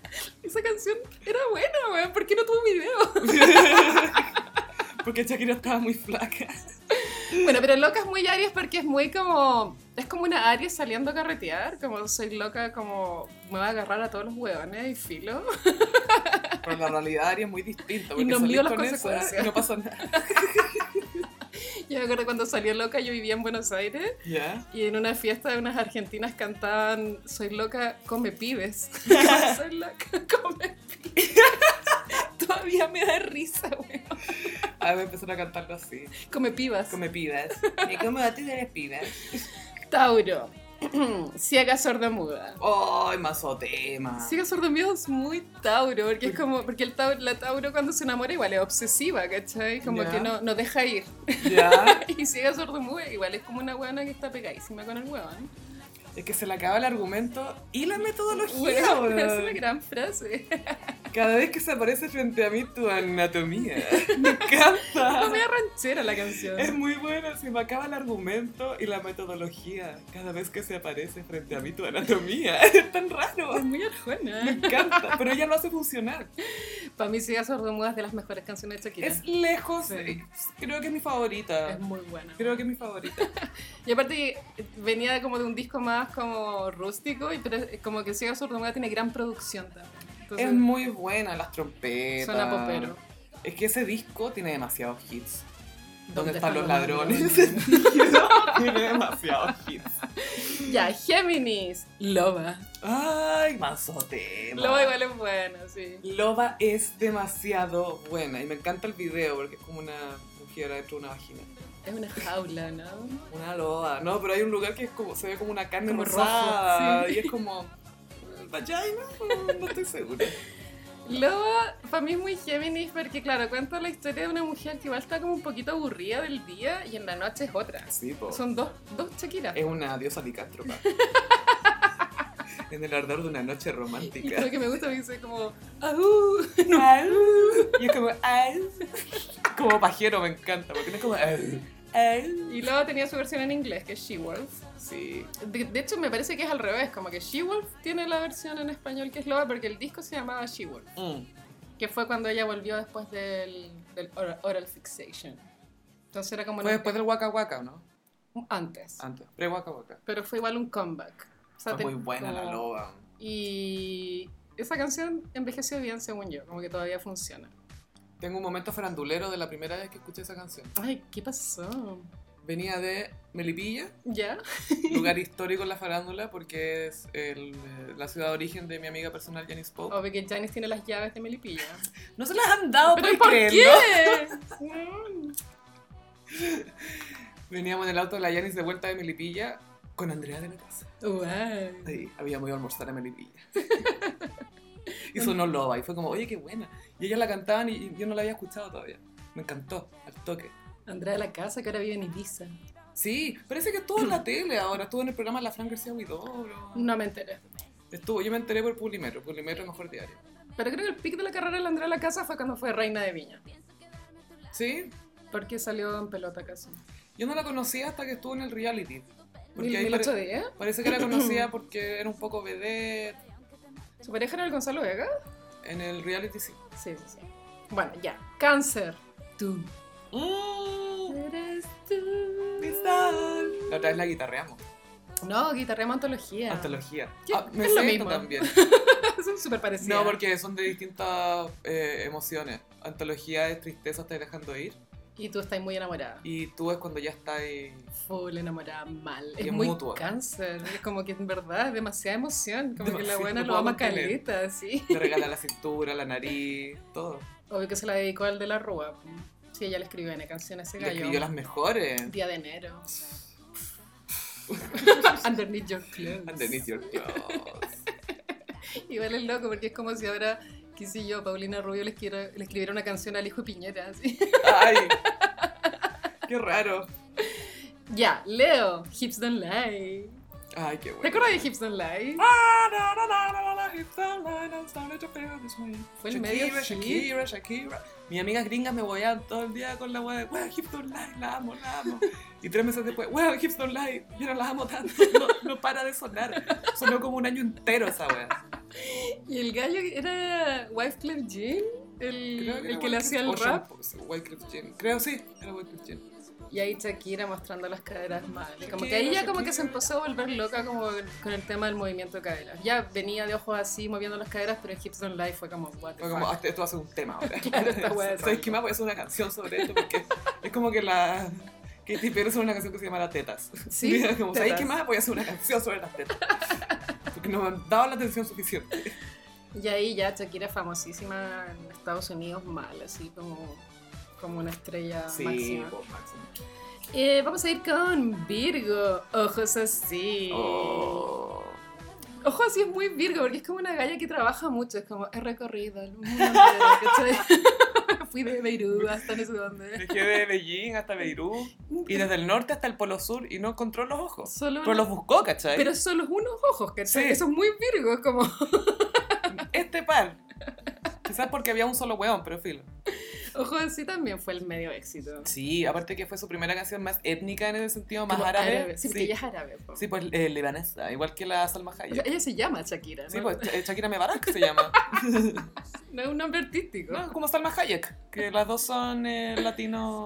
Speaker 2: esa canción era buena, weón, ¿por qué no tuvo video?
Speaker 1: Porque Shakira estaba muy flaca.
Speaker 2: Bueno, pero loca es muy Aries porque es muy como. Es como una Aries saliendo a carretear. Como soy loca, como me va a agarrar a todos los hueones y filo.
Speaker 1: Pero la realidad Aries es muy distinta.
Speaker 2: Y
Speaker 1: Porque
Speaker 2: no
Speaker 1: salís
Speaker 2: mido las
Speaker 1: con esa
Speaker 2: consecuencias.
Speaker 1: y no pasa nada.
Speaker 2: Yo me acuerdo cuando salió loca, yo vivía en Buenos Aires
Speaker 1: Ya.
Speaker 2: y en una fiesta de unas argentinas cantaban Soy loca, come pibes. soy loca, come pibes. Todavía me da risa, weón.
Speaker 1: A ver, empezaron a cantarlo así.
Speaker 2: Come pibas.
Speaker 1: Come pibas. Me como a ti eres pibas.
Speaker 2: Tauro. Ciega, sorda, muda.
Speaker 1: ¡Ay, mazotema!
Speaker 2: Siga sorprendido es muy Tauro, porque es como, porque el Tauro, la Tauro cuando se enamora igual es obsesiva, ¿cachai? Como
Speaker 1: Ya.
Speaker 2: que no, no deja ir.
Speaker 1: Ya.
Speaker 2: Y Siga sordomuda igual es como una huevona que está pegadísima con el huevón.
Speaker 1: Es que se le acaba el argumento y la metodología,
Speaker 2: Bueno, es una
Speaker 1: weón.
Speaker 2: gran frase.
Speaker 1: Cada vez que se aparece frente a mí tu anatomía. Me encanta.
Speaker 2: Es medio ranchera la canción.
Speaker 1: Es muy buena, se me acaba el argumento y la metodología. Cada vez que se aparece frente a mí tu anatomía. Es tan
Speaker 2: Es
Speaker 1: raro.
Speaker 2: muy arjona.
Speaker 1: Me encanta. Pero ella lo hace funcionar.
Speaker 2: Para mí Siga sordomuda es de las mejores canciones de Shakira.
Speaker 1: Es lejos.
Speaker 2: Sí.
Speaker 1: eh, Creo que es mi favorita.
Speaker 2: Es muy buena.
Speaker 1: Creo que es mi favorita.
Speaker 2: Y aparte eh, venía como de un disco más como rústico, y pero es como que Siga sordomuda tiene gran producción también. Entonces,
Speaker 1: es muy buena, las trompetas.
Speaker 2: suena popero.
Speaker 1: Es que ese disco tiene demasiados hits. ¿Dónde,
Speaker 2: ¿Dónde
Speaker 1: están los ladrones? tiene demasiados hits.
Speaker 2: Ya, Géminis. Loba.
Speaker 1: Ay, mazotema.
Speaker 2: Loba igual es bueno, sí.
Speaker 1: Loba es demasiado buena y me encanta el video porque es como una mujer adentro de una vagina.
Speaker 2: Es una jaula, ¿no?
Speaker 1: Una loba, no, pero hay un lugar que es como, se ve como una carne
Speaker 2: Como rojo,
Speaker 1: rosada
Speaker 2: sí.
Speaker 1: y es como. ¿Vagina? No, no estoy segura.
Speaker 2: Loba, para mí es muy Géminis porque, claro, cuenta la historia de una mujer que igual está como un poquito aburrida del día y en la noche es otra.
Speaker 1: Sí, po.
Speaker 2: Son dos, dos Shakiras.
Speaker 1: Es una diosa licántropa. en el ardor de una noche
Speaker 2: Y
Speaker 1: romántica.
Speaker 2: lo que me gusta es que soy como, ¡Aú!
Speaker 1: Au. Y es como, au. como pajero, me encanta, porque no es como, au, au.
Speaker 2: Y luego tenía su versión en inglés, que es She-Wolf.
Speaker 1: Sí,
Speaker 2: De, de hecho, me parece que es al revés, como que She-Wolf tiene la versión en español que es loba, porque el disco se llamaba She-Wolf,
Speaker 1: Mm.
Speaker 2: que fue cuando ella volvió después del, del oral, oral fixation. Entonces era como
Speaker 1: Fue después del Waka Waka, ¿o ¿no?
Speaker 2: antes,
Speaker 1: Antes, pre-Waka Waka.
Speaker 2: pero fue igual un comeback. O sea,
Speaker 1: Fue muy
Speaker 2: te-
Speaker 1: buena la
Speaker 2: como-
Speaker 1: loba.
Speaker 2: Y esa canción envejeció bien, según yo, como que todavía funciona.
Speaker 1: Tengo un momento farandulero de la primera vez que escuché esa canción.
Speaker 2: Ay, ¿qué pasó?
Speaker 1: Venía de Melipilla,
Speaker 2: ¿Ya?
Speaker 1: lugar histórico en la farándula, porque es el, eh, la ciudad de origen de mi amiga personal, Janice Pope.
Speaker 2: Obvio que Janice tiene las llaves de Melipilla.
Speaker 1: Oh. No se las han dado,
Speaker 2: ¿Pero
Speaker 1: ¿puedes
Speaker 2: por
Speaker 1: creerlo?
Speaker 2: qué? Mm.
Speaker 1: Veníamos en el auto de la Janice de vuelta de Melipilla con Andrea de la casa.
Speaker 2: Guau.
Speaker 1: Sí, habíamos ido a almorzar a Melipilla. y sonó Loba y fue como, oye, qué buena. Y ellas la cantaban y, y yo no la había escuchado todavía. Me encantó, al toque.
Speaker 2: Andrea de la casa que ahora vive en Ibiza.
Speaker 1: Sí, parece que estuvo en la tele ahora, estuvo en el programa La Fran García Huidobro.
Speaker 2: No me enteré.
Speaker 1: Estuvo, yo me enteré por Publimetro, Publimetro Mejor Diario.
Speaker 2: Pero creo que el pic de la carrera de la Andrea de la casa fue cuando fue reina de Viña.
Speaker 1: Sí,
Speaker 2: Porque salió en pelota casi.
Speaker 1: yo no la conocía hasta que estuvo en el reality. Porque
Speaker 2: Mil,
Speaker 1: ahí
Speaker 2: mil
Speaker 1: pare-
Speaker 2: ocho diez.
Speaker 1: parece que la conocía porque era un poco vedette.
Speaker 2: ¿Su pareja era el Gonzalo Vega?
Speaker 1: En el reality sí.
Speaker 2: Sí, sí, sí. Bueno, ya. Cáncer. Tú.
Speaker 1: Mm,
Speaker 2: Eres tú.
Speaker 1: cristal. La otra vez la guitarreamos.
Speaker 2: No, guitarrema antología.
Speaker 1: Antología.
Speaker 2: ¿Qué?
Speaker 1: Ah, me
Speaker 2: Es lo
Speaker 1: sé esto
Speaker 2: mismo.
Speaker 1: también.
Speaker 2: Son súper parecidas.
Speaker 1: No, porque son de distintas eh, emociones. Antología es tristeza, estás dejando ir.
Speaker 2: Y tú estás muy enamorada.
Speaker 1: Y tú es cuando ya estás.
Speaker 2: Full enamorada mal.
Speaker 1: Y
Speaker 2: Es
Speaker 1: es
Speaker 2: muy
Speaker 1: mutua.
Speaker 2: cáncer. Es como que en verdad es demasiada emoción. Como que la
Speaker 1: Demasiado,
Speaker 2: buena
Speaker 1: no
Speaker 2: lo
Speaker 1: puedo
Speaker 2: ama
Speaker 1: contener.
Speaker 2: caleta, sí.
Speaker 1: Te regala la cintura, la nariz, todo.
Speaker 2: Obvio que se la dedicó al de la Rúa. Sí, ella le escribió una canción a ese
Speaker 1: Le
Speaker 2: gallo.
Speaker 1: escribió las mejores.
Speaker 2: Día de enero. Underneath your clothes.
Speaker 1: Underneath your clothes.
Speaker 2: Igual es loco porque es como si ahora, qué sé yo, Paulina Rubio le escribiera, le escribiera una canción al hijo de Piñera. así.
Speaker 1: Ay, qué raro.
Speaker 2: ya, Leo, Hips Don't Lie.
Speaker 1: Ay, qué bueno.
Speaker 2: ¿Te acuerdas de Hips Don't Lie? Fue el medio
Speaker 1: Shakira,
Speaker 2: hit.
Speaker 1: Shakira, Shakira. Mis amigas gringas me bollaban todo el día con la weá de, weá, Hipster Live, la amo, la amo. Y tres meses después, weá, Hipster Live, yo no la amo tanto, no, no para de sonar. Sonó como un año entero esa weá.
Speaker 2: Y el gallo era Wyclef Jean, el,
Speaker 1: Creo
Speaker 2: el
Speaker 1: era
Speaker 2: que le
Speaker 1: Wyclef-
Speaker 2: hacía el
Speaker 1: o
Speaker 2: rap.
Speaker 1: Sean- Wyclef Jean. Creo sí, era Wyclef Jean.
Speaker 2: Y ahí Shakira mostrando las caderas mal. Y Como que
Speaker 1: Shakira,
Speaker 2: ahí ya como
Speaker 1: Shakira.
Speaker 2: que se empezó a volver loca como con el tema del movimiento de caderas. Ya venía de ojos así moviendo las caderas, pero Hips Don't Lie fue como, what the
Speaker 1: Fue como,
Speaker 2: fuck.
Speaker 1: "Ah, esto va a ser un tema ahora.
Speaker 2: Claro, esta weá de
Speaker 1: ¿Sabes
Speaker 2: rap.
Speaker 1: qué más? Voy a hacer una canción sobre esto porque es como que la. Katy Perry hizo una canción que se llama Las Tetas.
Speaker 2: Sí,
Speaker 1: Y era como, ¿sabes
Speaker 2: tetas.
Speaker 1: qué más? Voy a hacer una canción sobre las tetas. Porque no me han dado la atención suficiente.
Speaker 2: Y ahí ya Shakira famosísima en Estados Unidos mal, así como, como una estrella máxima.
Speaker 1: po, máximo.
Speaker 2: Eh, vamos a ir con Virgo, ojos así.
Speaker 1: Oh.
Speaker 2: Ojo así es muy Virgo, porque es como una galla que trabaja mucho, es como, he recorrido el mundo entero, ¿cachai? Fui de Beirut hasta no sé dónde.
Speaker 1: Dejé de Beijing hasta Beirut y desde el norte hasta el polo sur y no encontró los ojos.
Speaker 2: Solo
Speaker 1: Pero
Speaker 2: una-
Speaker 1: los buscó, ¿cachai?
Speaker 2: pero solo unos ojos, ¿cachai?
Speaker 1: Sí.
Speaker 2: Eso es muy Virgo, es como...
Speaker 1: Este par. Quizás porque había un solo hueón, pero filo.
Speaker 2: Ojo así también fue el medio éxito.
Speaker 1: Sí, aparte que fue su primera canción más étnica en ese sentido, más
Speaker 2: Como
Speaker 1: árabe.
Speaker 2: Sí, porque ella es árabe. po.
Speaker 1: Sí, pues eh, libanesa, igual que la Salma
Speaker 2: O sea,
Speaker 1: Hayek.
Speaker 2: ella se llama Shakira, ¿no?
Speaker 1: Sí, pues Sha- eh, Shakira Mebarak se llama.
Speaker 2: No es un nombre artístico.
Speaker 1: No, como Salma Hayek, que las dos son eh,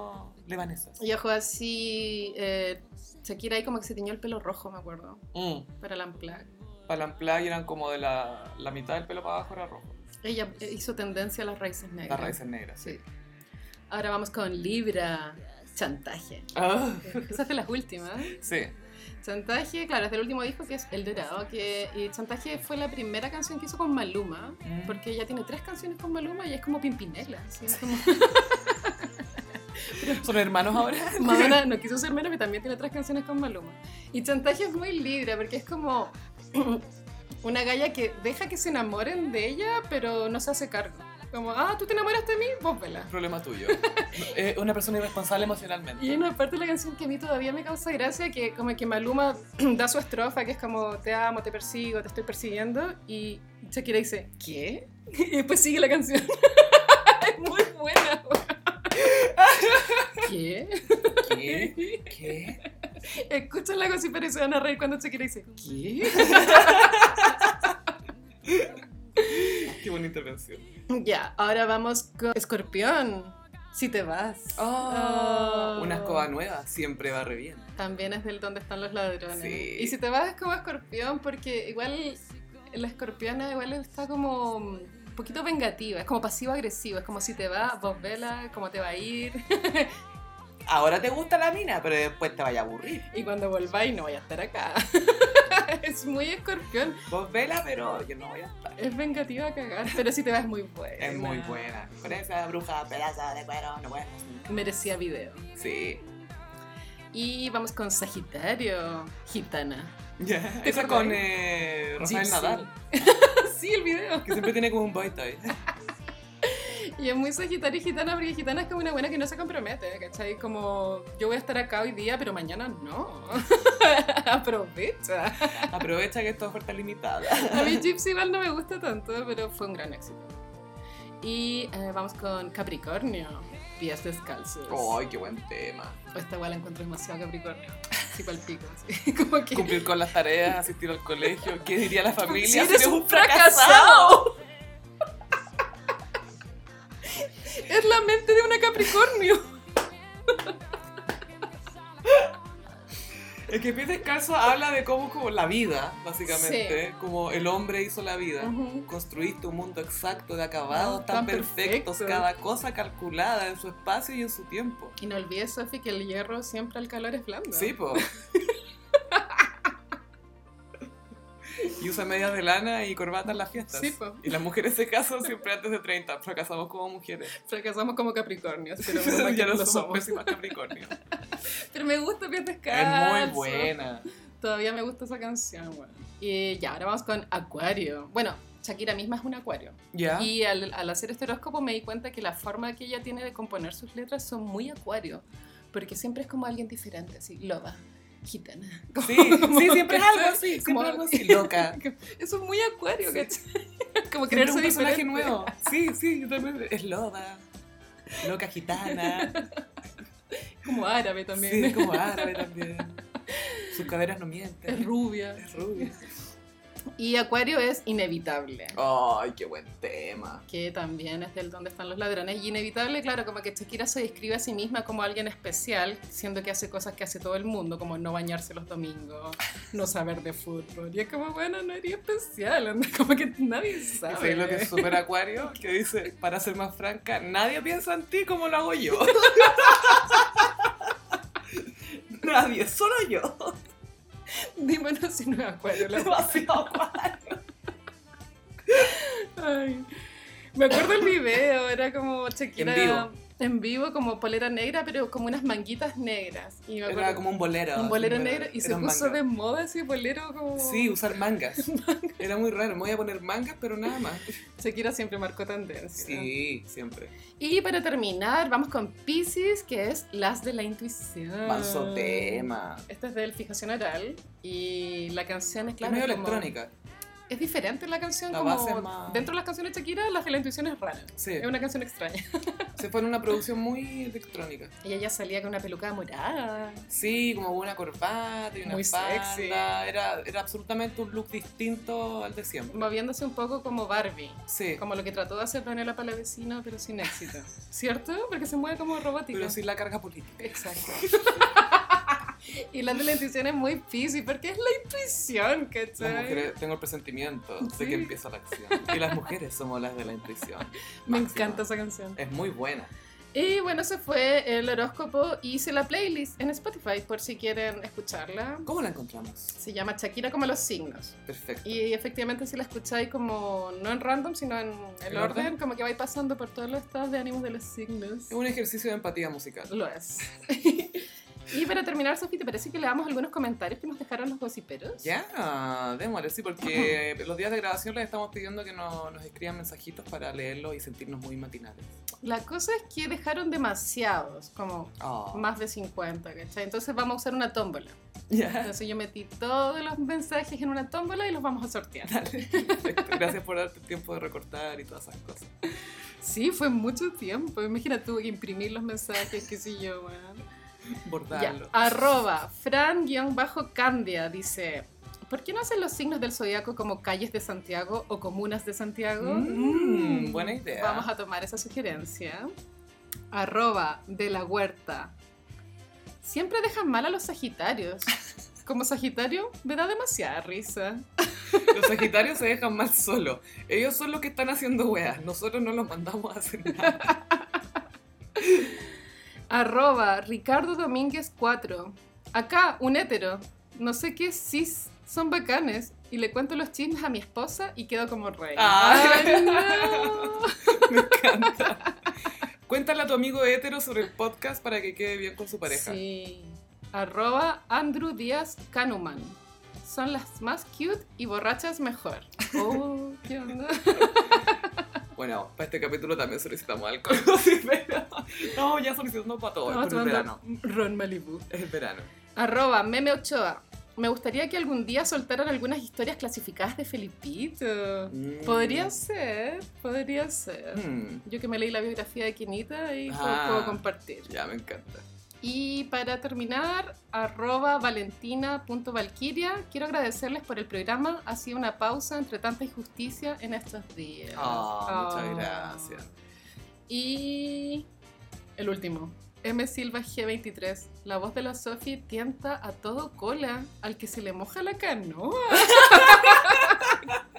Speaker 1: latino-libanesas.
Speaker 2: Y ojo así, eh, Shakira ahí como que se tiñó el pelo rojo, me acuerdo,
Speaker 1: Mm.
Speaker 2: para la Unplugged.
Speaker 1: Para la Unplugged eran como de la, la mitad del pelo para abajo era rojo.
Speaker 2: Ella eh, hizo tendencia a las raíces negras.
Speaker 1: Las raíces negras.
Speaker 2: Sí. Ahora vamos con Libra. Chantaje.
Speaker 1: Ah,
Speaker 2: Esa es de las últimas.
Speaker 1: sí.
Speaker 2: Chantaje, claro, es del último disco que es El Dorado. Que, y Chantaje fue la primera canción que hizo con Maluma.
Speaker 1: Mm.
Speaker 2: Porque ella tiene tres canciones con Maluma y es como Pimpinela. así, es como-
Speaker 1: ¿Son hermanos ahora?
Speaker 2: Madonna no quiso ser menos, pero también tiene otras canciones con Maluma. Y Chantaje es muy libre, porque es como una galla que deja que se enamoren de ella, pero no se hace cargo. Como, ah, tú te enamoraste de mí, vos vela.
Speaker 1: Problema tuyo. Es una persona irresponsable emocionalmente.
Speaker 2: Y hay una parte de la canción que a mí todavía me causa gracia, que como que Maluma da su estrofa, que es como, te amo, te persigo, te estoy persiguiendo, y Shakira dice, ¿qué? Y después sigue la canción. es muy buena. ¿Qué?
Speaker 1: ¿Qué? ¿Qué?
Speaker 2: Escuchan la cosa y parece van a reír cuando Shakira dice, ¿qué?
Speaker 1: Qué buena intervención.
Speaker 2: Ya, ahora vamos con Escorpión. Si te vas. Oh.
Speaker 1: Ah. Una escoba nueva siempre va re bien.
Speaker 2: También es del donde están los ladrones.
Speaker 1: Sí.
Speaker 2: Y si te vas es como escorpión, porque igual la escorpiona igual está como un poquito vengativa, es como pasivo-agresivo, es como si te va, vos vela, cómo te va a ir.
Speaker 1: Ahora te gusta la mina, pero después te vaya a aburrir.
Speaker 2: Y cuando volváis no vaya a estar acá. es muy escorpión,
Speaker 1: Vos vela, pero yo no voy a estar.
Speaker 2: es vengativa a cagar, pero si te vas es muy buena.
Speaker 1: Es muy buena. Con esa bruja pedazo de cuero, no puedes.
Speaker 2: Merecía video.
Speaker 1: Sí.
Speaker 2: Y vamos con Sagitario, gitana.
Speaker 1: Ya.
Speaker 2: ¿Te
Speaker 1: Esa
Speaker 2: acordás?
Speaker 1: con eh, Rafael
Speaker 2: Gypsy.
Speaker 1: Nadal,
Speaker 2: sí, el video.
Speaker 1: que siempre tiene como un boy toy.
Speaker 2: Y es muy Sagitario y gitana porque gitana es como una buena que no se compromete, ¿cachai? Como yo voy a estar acá hoy día, pero mañana no. Aprovecha.
Speaker 1: Aprovecha que esto es oferta limitada.
Speaker 2: A mí Gypsy igual no me gusta tanto, pero fue un gran éxito. Y eh, vamos con Capricornio, pies descalzos.
Speaker 1: Oh, ¡Ay, qué buen tema!
Speaker 2: Esta igual la encuentro demasiado Capricornio. Sí, pal pico. así. Como que.
Speaker 1: Cumplir con las tareas, asistir al colegio. ¿Qué diría la familia?
Speaker 2: Si eres un fracasado. es la mente de una Capricornio.
Speaker 1: Es que Pies Descalzo habla de cómo como la vida, básicamente, como el hombre hizo la vida.
Speaker 2: Ujú.
Speaker 1: Construiste un mundo exacto de acabados
Speaker 2: Ah,
Speaker 1: tan,
Speaker 2: tan
Speaker 1: perfectos,
Speaker 2: perfecto.
Speaker 1: cada cosa calculada en su espacio y en su tiempo.
Speaker 2: Y no olvides, Sofi, que el hierro siempre al calor es blando.
Speaker 1: Sí, po. Y usa medias de lana y corbata en las fiestas.
Speaker 2: Sí, po.
Speaker 1: Y las mujeres se casan siempre antes de 30. Fracasamos como mujeres.
Speaker 2: Fracasamos como Capricornios, pero menos mal que
Speaker 1: ya no
Speaker 2: lo
Speaker 1: somos,
Speaker 2: somos.
Speaker 1: pésimas Capricornio.
Speaker 2: Pero me gusta Pies
Speaker 1: Es
Speaker 2: Descalzos.
Speaker 1: muy buena.
Speaker 2: Todavía me gusta esa canción, weón. Y ya, ahora vamos con Acuario. Bueno, Shakira misma es un Acuario.
Speaker 1: ¿Ya?
Speaker 2: Y al, al hacer este horóscopo me di cuenta que la forma que ella tiene de componer sus letras son muy Acuario. Porque siempre es como alguien diferente, así, loba, gitana.
Speaker 1: Sí,
Speaker 2: como-
Speaker 1: sí, siempre es algo así.
Speaker 2: como-
Speaker 1: Siempre algo así. Loca.
Speaker 2: Eso es muy Acuario,
Speaker 1: Sí.
Speaker 2: ¿cachai? Como
Speaker 1: Crear
Speaker 2: creerse
Speaker 1: un personaje
Speaker 2: diferente.
Speaker 1: nuevo. Sí, sí, yo también. Es loba, loca gitana,
Speaker 2: Como árabe también.
Speaker 1: sí, como árabe también. Sus caderas no mienten.
Speaker 2: Es rubia.
Speaker 1: Es rubia.
Speaker 2: Y Acuario es inevitable.
Speaker 1: Ay, qué buen tema.
Speaker 2: que también es del donde están los ladrones. Y inevitable, claro, como que Shakira se describe a sí misma como alguien especial, siendo que hace cosas que hace todo el mundo, como no bañarse los domingos, no saber de fútbol. Y es como, bueno, no eres especial, anda, como que nadie
Speaker 1: ¿Sabes
Speaker 2: sabe.
Speaker 1: lo que es super acuario? Que dice, para ser más franca, nadie piensa en ti como lo hago yo. nadie, solo yo.
Speaker 2: Dímelo si no me acuerdo. la-
Speaker 1: Demasiado acuario.
Speaker 2: Ay. Me acuerdo el video, era como Shakira
Speaker 1: En vivo.
Speaker 2: en vivo, como polera negra, pero como unas manguitas negras. Y me
Speaker 1: Era
Speaker 2: acuerdo,
Speaker 1: como un bolero.
Speaker 2: un bolero
Speaker 1: así,
Speaker 2: negro y se
Speaker 1: era un
Speaker 2: puso
Speaker 1: manga.
Speaker 2: de moda ese bolero como...
Speaker 1: Sí, usar mangas. Era muy raro. Me voy a poner mangas, pero nada más.
Speaker 2: Shakira siempre marcó tendencia.
Speaker 1: Sí, siempre.
Speaker 2: Y para terminar, vamos con Pisces, que es las de la intuición.
Speaker 1: Manso tema.
Speaker 2: Esta es del Fijación Oral y la canción es
Speaker 1: Es
Speaker 2: claro.
Speaker 1: medio
Speaker 2: como-
Speaker 1: electrónica.
Speaker 2: Es diferente la canción,
Speaker 1: La
Speaker 2: como
Speaker 1: base es más-
Speaker 2: dentro de las canciones de Shakira, las de la intuición es rara.
Speaker 1: Sí.
Speaker 2: Es una canción extraña.
Speaker 1: Se fue en una producción muy electrónica.
Speaker 2: Y ella salía con una peluca morada.
Speaker 1: Sí, como una corbata y una
Speaker 2: Muy
Speaker 1: falda.
Speaker 2: sexy.
Speaker 1: Era, era absolutamente un look distinto al de siempre.
Speaker 2: Moviéndose un poco como Barbie.
Speaker 1: Sí.
Speaker 2: Como lo que trató de hacer Daniela Palavecino, pero sin éxito. ¿Cierto? Porque se mueve como robótica.
Speaker 1: Pero sin la carga política.
Speaker 2: Exacto. y la de la intuición es muy Pisces, porque es la intuición, ¿cachai?
Speaker 1: Las mujeres, tengo el presentimiento de
Speaker 2: Sí.
Speaker 1: que empieza la acción. Y las mujeres somos las de la intuición.
Speaker 2: Me
Speaker 1: Máxima.
Speaker 2: encanta esa canción.
Speaker 1: Es muy buena.
Speaker 2: Y bueno, ese fue el horóscopo. Hice la playlist en Spotify por si quieren escucharla.
Speaker 1: ¿Cómo la encontramos?
Speaker 2: Se llama Shakira como los signos.
Speaker 1: Perfecto.
Speaker 2: Y efectivamente si la escucháis como no en random, sino en el
Speaker 1: ¿En orden?
Speaker 2: orden, como que vais pasando por todos los estados de ánimos de los signos.
Speaker 1: Es un ejercicio de empatía musical.
Speaker 2: Lo es. Y para terminar, Sofi, ¿te parece que le damos algunos comentarios que nos dejaron los gossiperos?
Speaker 1: Ya, démosle, sí, porque los días de grabación les estamos pidiendo que no- nos escriban mensajitos para leerlos y sentirnos muy matinales.
Speaker 2: La cosa es que dejaron demasiados, como
Speaker 1: Ah.
Speaker 2: más de 50, ¿cachai? Entonces vamos a usar una tómbola.
Speaker 1: Ya,
Speaker 2: Entonces yo metí todos los mensajes en una tómbola y los vamos a sortear.
Speaker 1: dale. Perfecto. Gracias por darte el tiempo de recortar y todas esas cosas.
Speaker 2: Sí, fue mucho tiempo. Imagina tuve que imprimir los mensajes, qué sé yo, weón.
Speaker 1: Bordarlo.
Speaker 2: Ya, arroba fran-candia dice, ¿por qué no hacen los signos del zodiaco como calles de Santiago o comunas de Santiago?
Speaker 1: Mm, buena idea.
Speaker 2: Vamos a tomar esa sugerencia. Arroba de la huerta. Siempre dejan mal a los sagitarios. Como sagitario, me da demasiada risa.
Speaker 1: Los sagitarios se dejan mal solo. Ellos son los que están haciendo weas. Nosotros no los mandamos a hacer nada.
Speaker 2: Arroba Ricardo Domínguez 4. Acá, un hétero. No sé qué cis son bacanes. Y le cuento los chismes a mi esposa y quedo como rey.
Speaker 1: Ah.
Speaker 2: Ay, no.
Speaker 1: Me encanta. Cuéntale a tu amigo hétero sobre el podcast para que quede bien con su pareja.
Speaker 2: Sí. Arroba Andrew Díaz Canuman. Son las más cute y borrachas mejor. Oh, ¿qué onda?
Speaker 1: Bueno, para este capítulo también solicitamos alcohol. Sí, pero- No, ya solicitamos para todo. es por el verano.
Speaker 2: Ron Malibu.
Speaker 1: Es el verano.
Speaker 2: Arroba Meme Ochoa. Me gustaría que algún día soltaran algunas historias clasificadas de Felipito.
Speaker 1: Mm.
Speaker 2: Podría ser, podría ser.
Speaker 1: Mm,
Speaker 2: Yo que me leí la biografía de Quinita y puedo-
Speaker 1: Ah.
Speaker 2: puedo compartir.
Speaker 1: Ya, me encanta.
Speaker 2: Y para terminar, arroba valentina.valquiria, quiero agradecerles por el programa. Ha sido una pausa entre tanta injusticia en estos días.
Speaker 1: Ah,
Speaker 2: Ah.
Speaker 1: Muchas gracias.
Speaker 2: Y el último, M. Silva G23. La voz de la Sofi tienta a todo cola al que se le moja la canoa.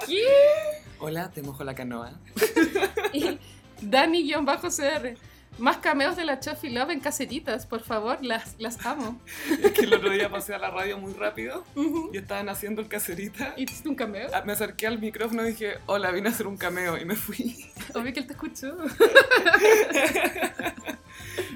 Speaker 2: ¿Qué?
Speaker 1: Hola, te mojo la canoa.
Speaker 2: Y Dani-CR. Más cameos de la Chofi Love en caseritas, por favor, las, las amo.
Speaker 1: Es que el otro día pasé a la radio muy rápido
Speaker 2: Ujú.
Speaker 1: y estaban haciendo el caserita.
Speaker 2: ¿Y hiciste un cameo?
Speaker 1: Ah, Me acerqué al micrófono y dije, hola, vine a hacer un cameo y me fui.
Speaker 2: Obvio que él te escuchó.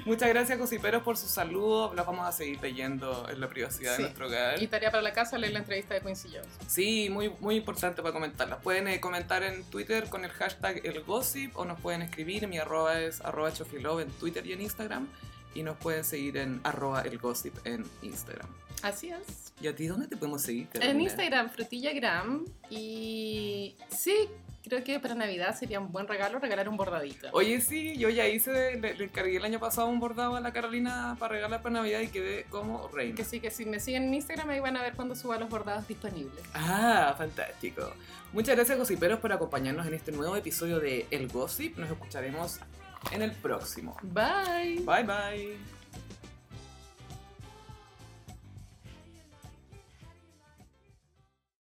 Speaker 1: Muchas gracias, Cosiperos, por sus saludos. Los vamos a seguir leyendo en la privacidad
Speaker 2: Sí.
Speaker 1: de nuestro hogar.
Speaker 2: Y tarea para la casa, leer la entrevista de Quincy Jones.
Speaker 1: Sí, muy, muy importante para comentarlas. Pueden eh, comentar en Twitter con el hashtag el gossip o nos pueden escribir. Mi arroba es arroba chofilove en Twitter y en Instagram. Y nos pueden seguir en arroba el gossip en Instagram.
Speaker 2: Así es.
Speaker 1: ¿Y a ti dónde te podemos seguir?
Speaker 2: En
Speaker 1: Carolina?
Speaker 2: Instagram, frutillagram. Y sí, creo que para Navidad sería un buen regalo regalar un bordadito.
Speaker 1: Oye, sí, yo ya hice, le, le encargué el año pasado un bordado a la Carolina para regalar para Navidad y quedé como reina.
Speaker 2: Que sí, que si me siguen en Instagram ahí van a ver cuando suba los bordados disponibles.
Speaker 1: Ah, fantástico. Muchas gracias, gossiperos, por acompañarnos en este nuevo episodio de El Gossip. Nos escucharemos en el próximo.
Speaker 2: Bye.
Speaker 1: Bye, bye.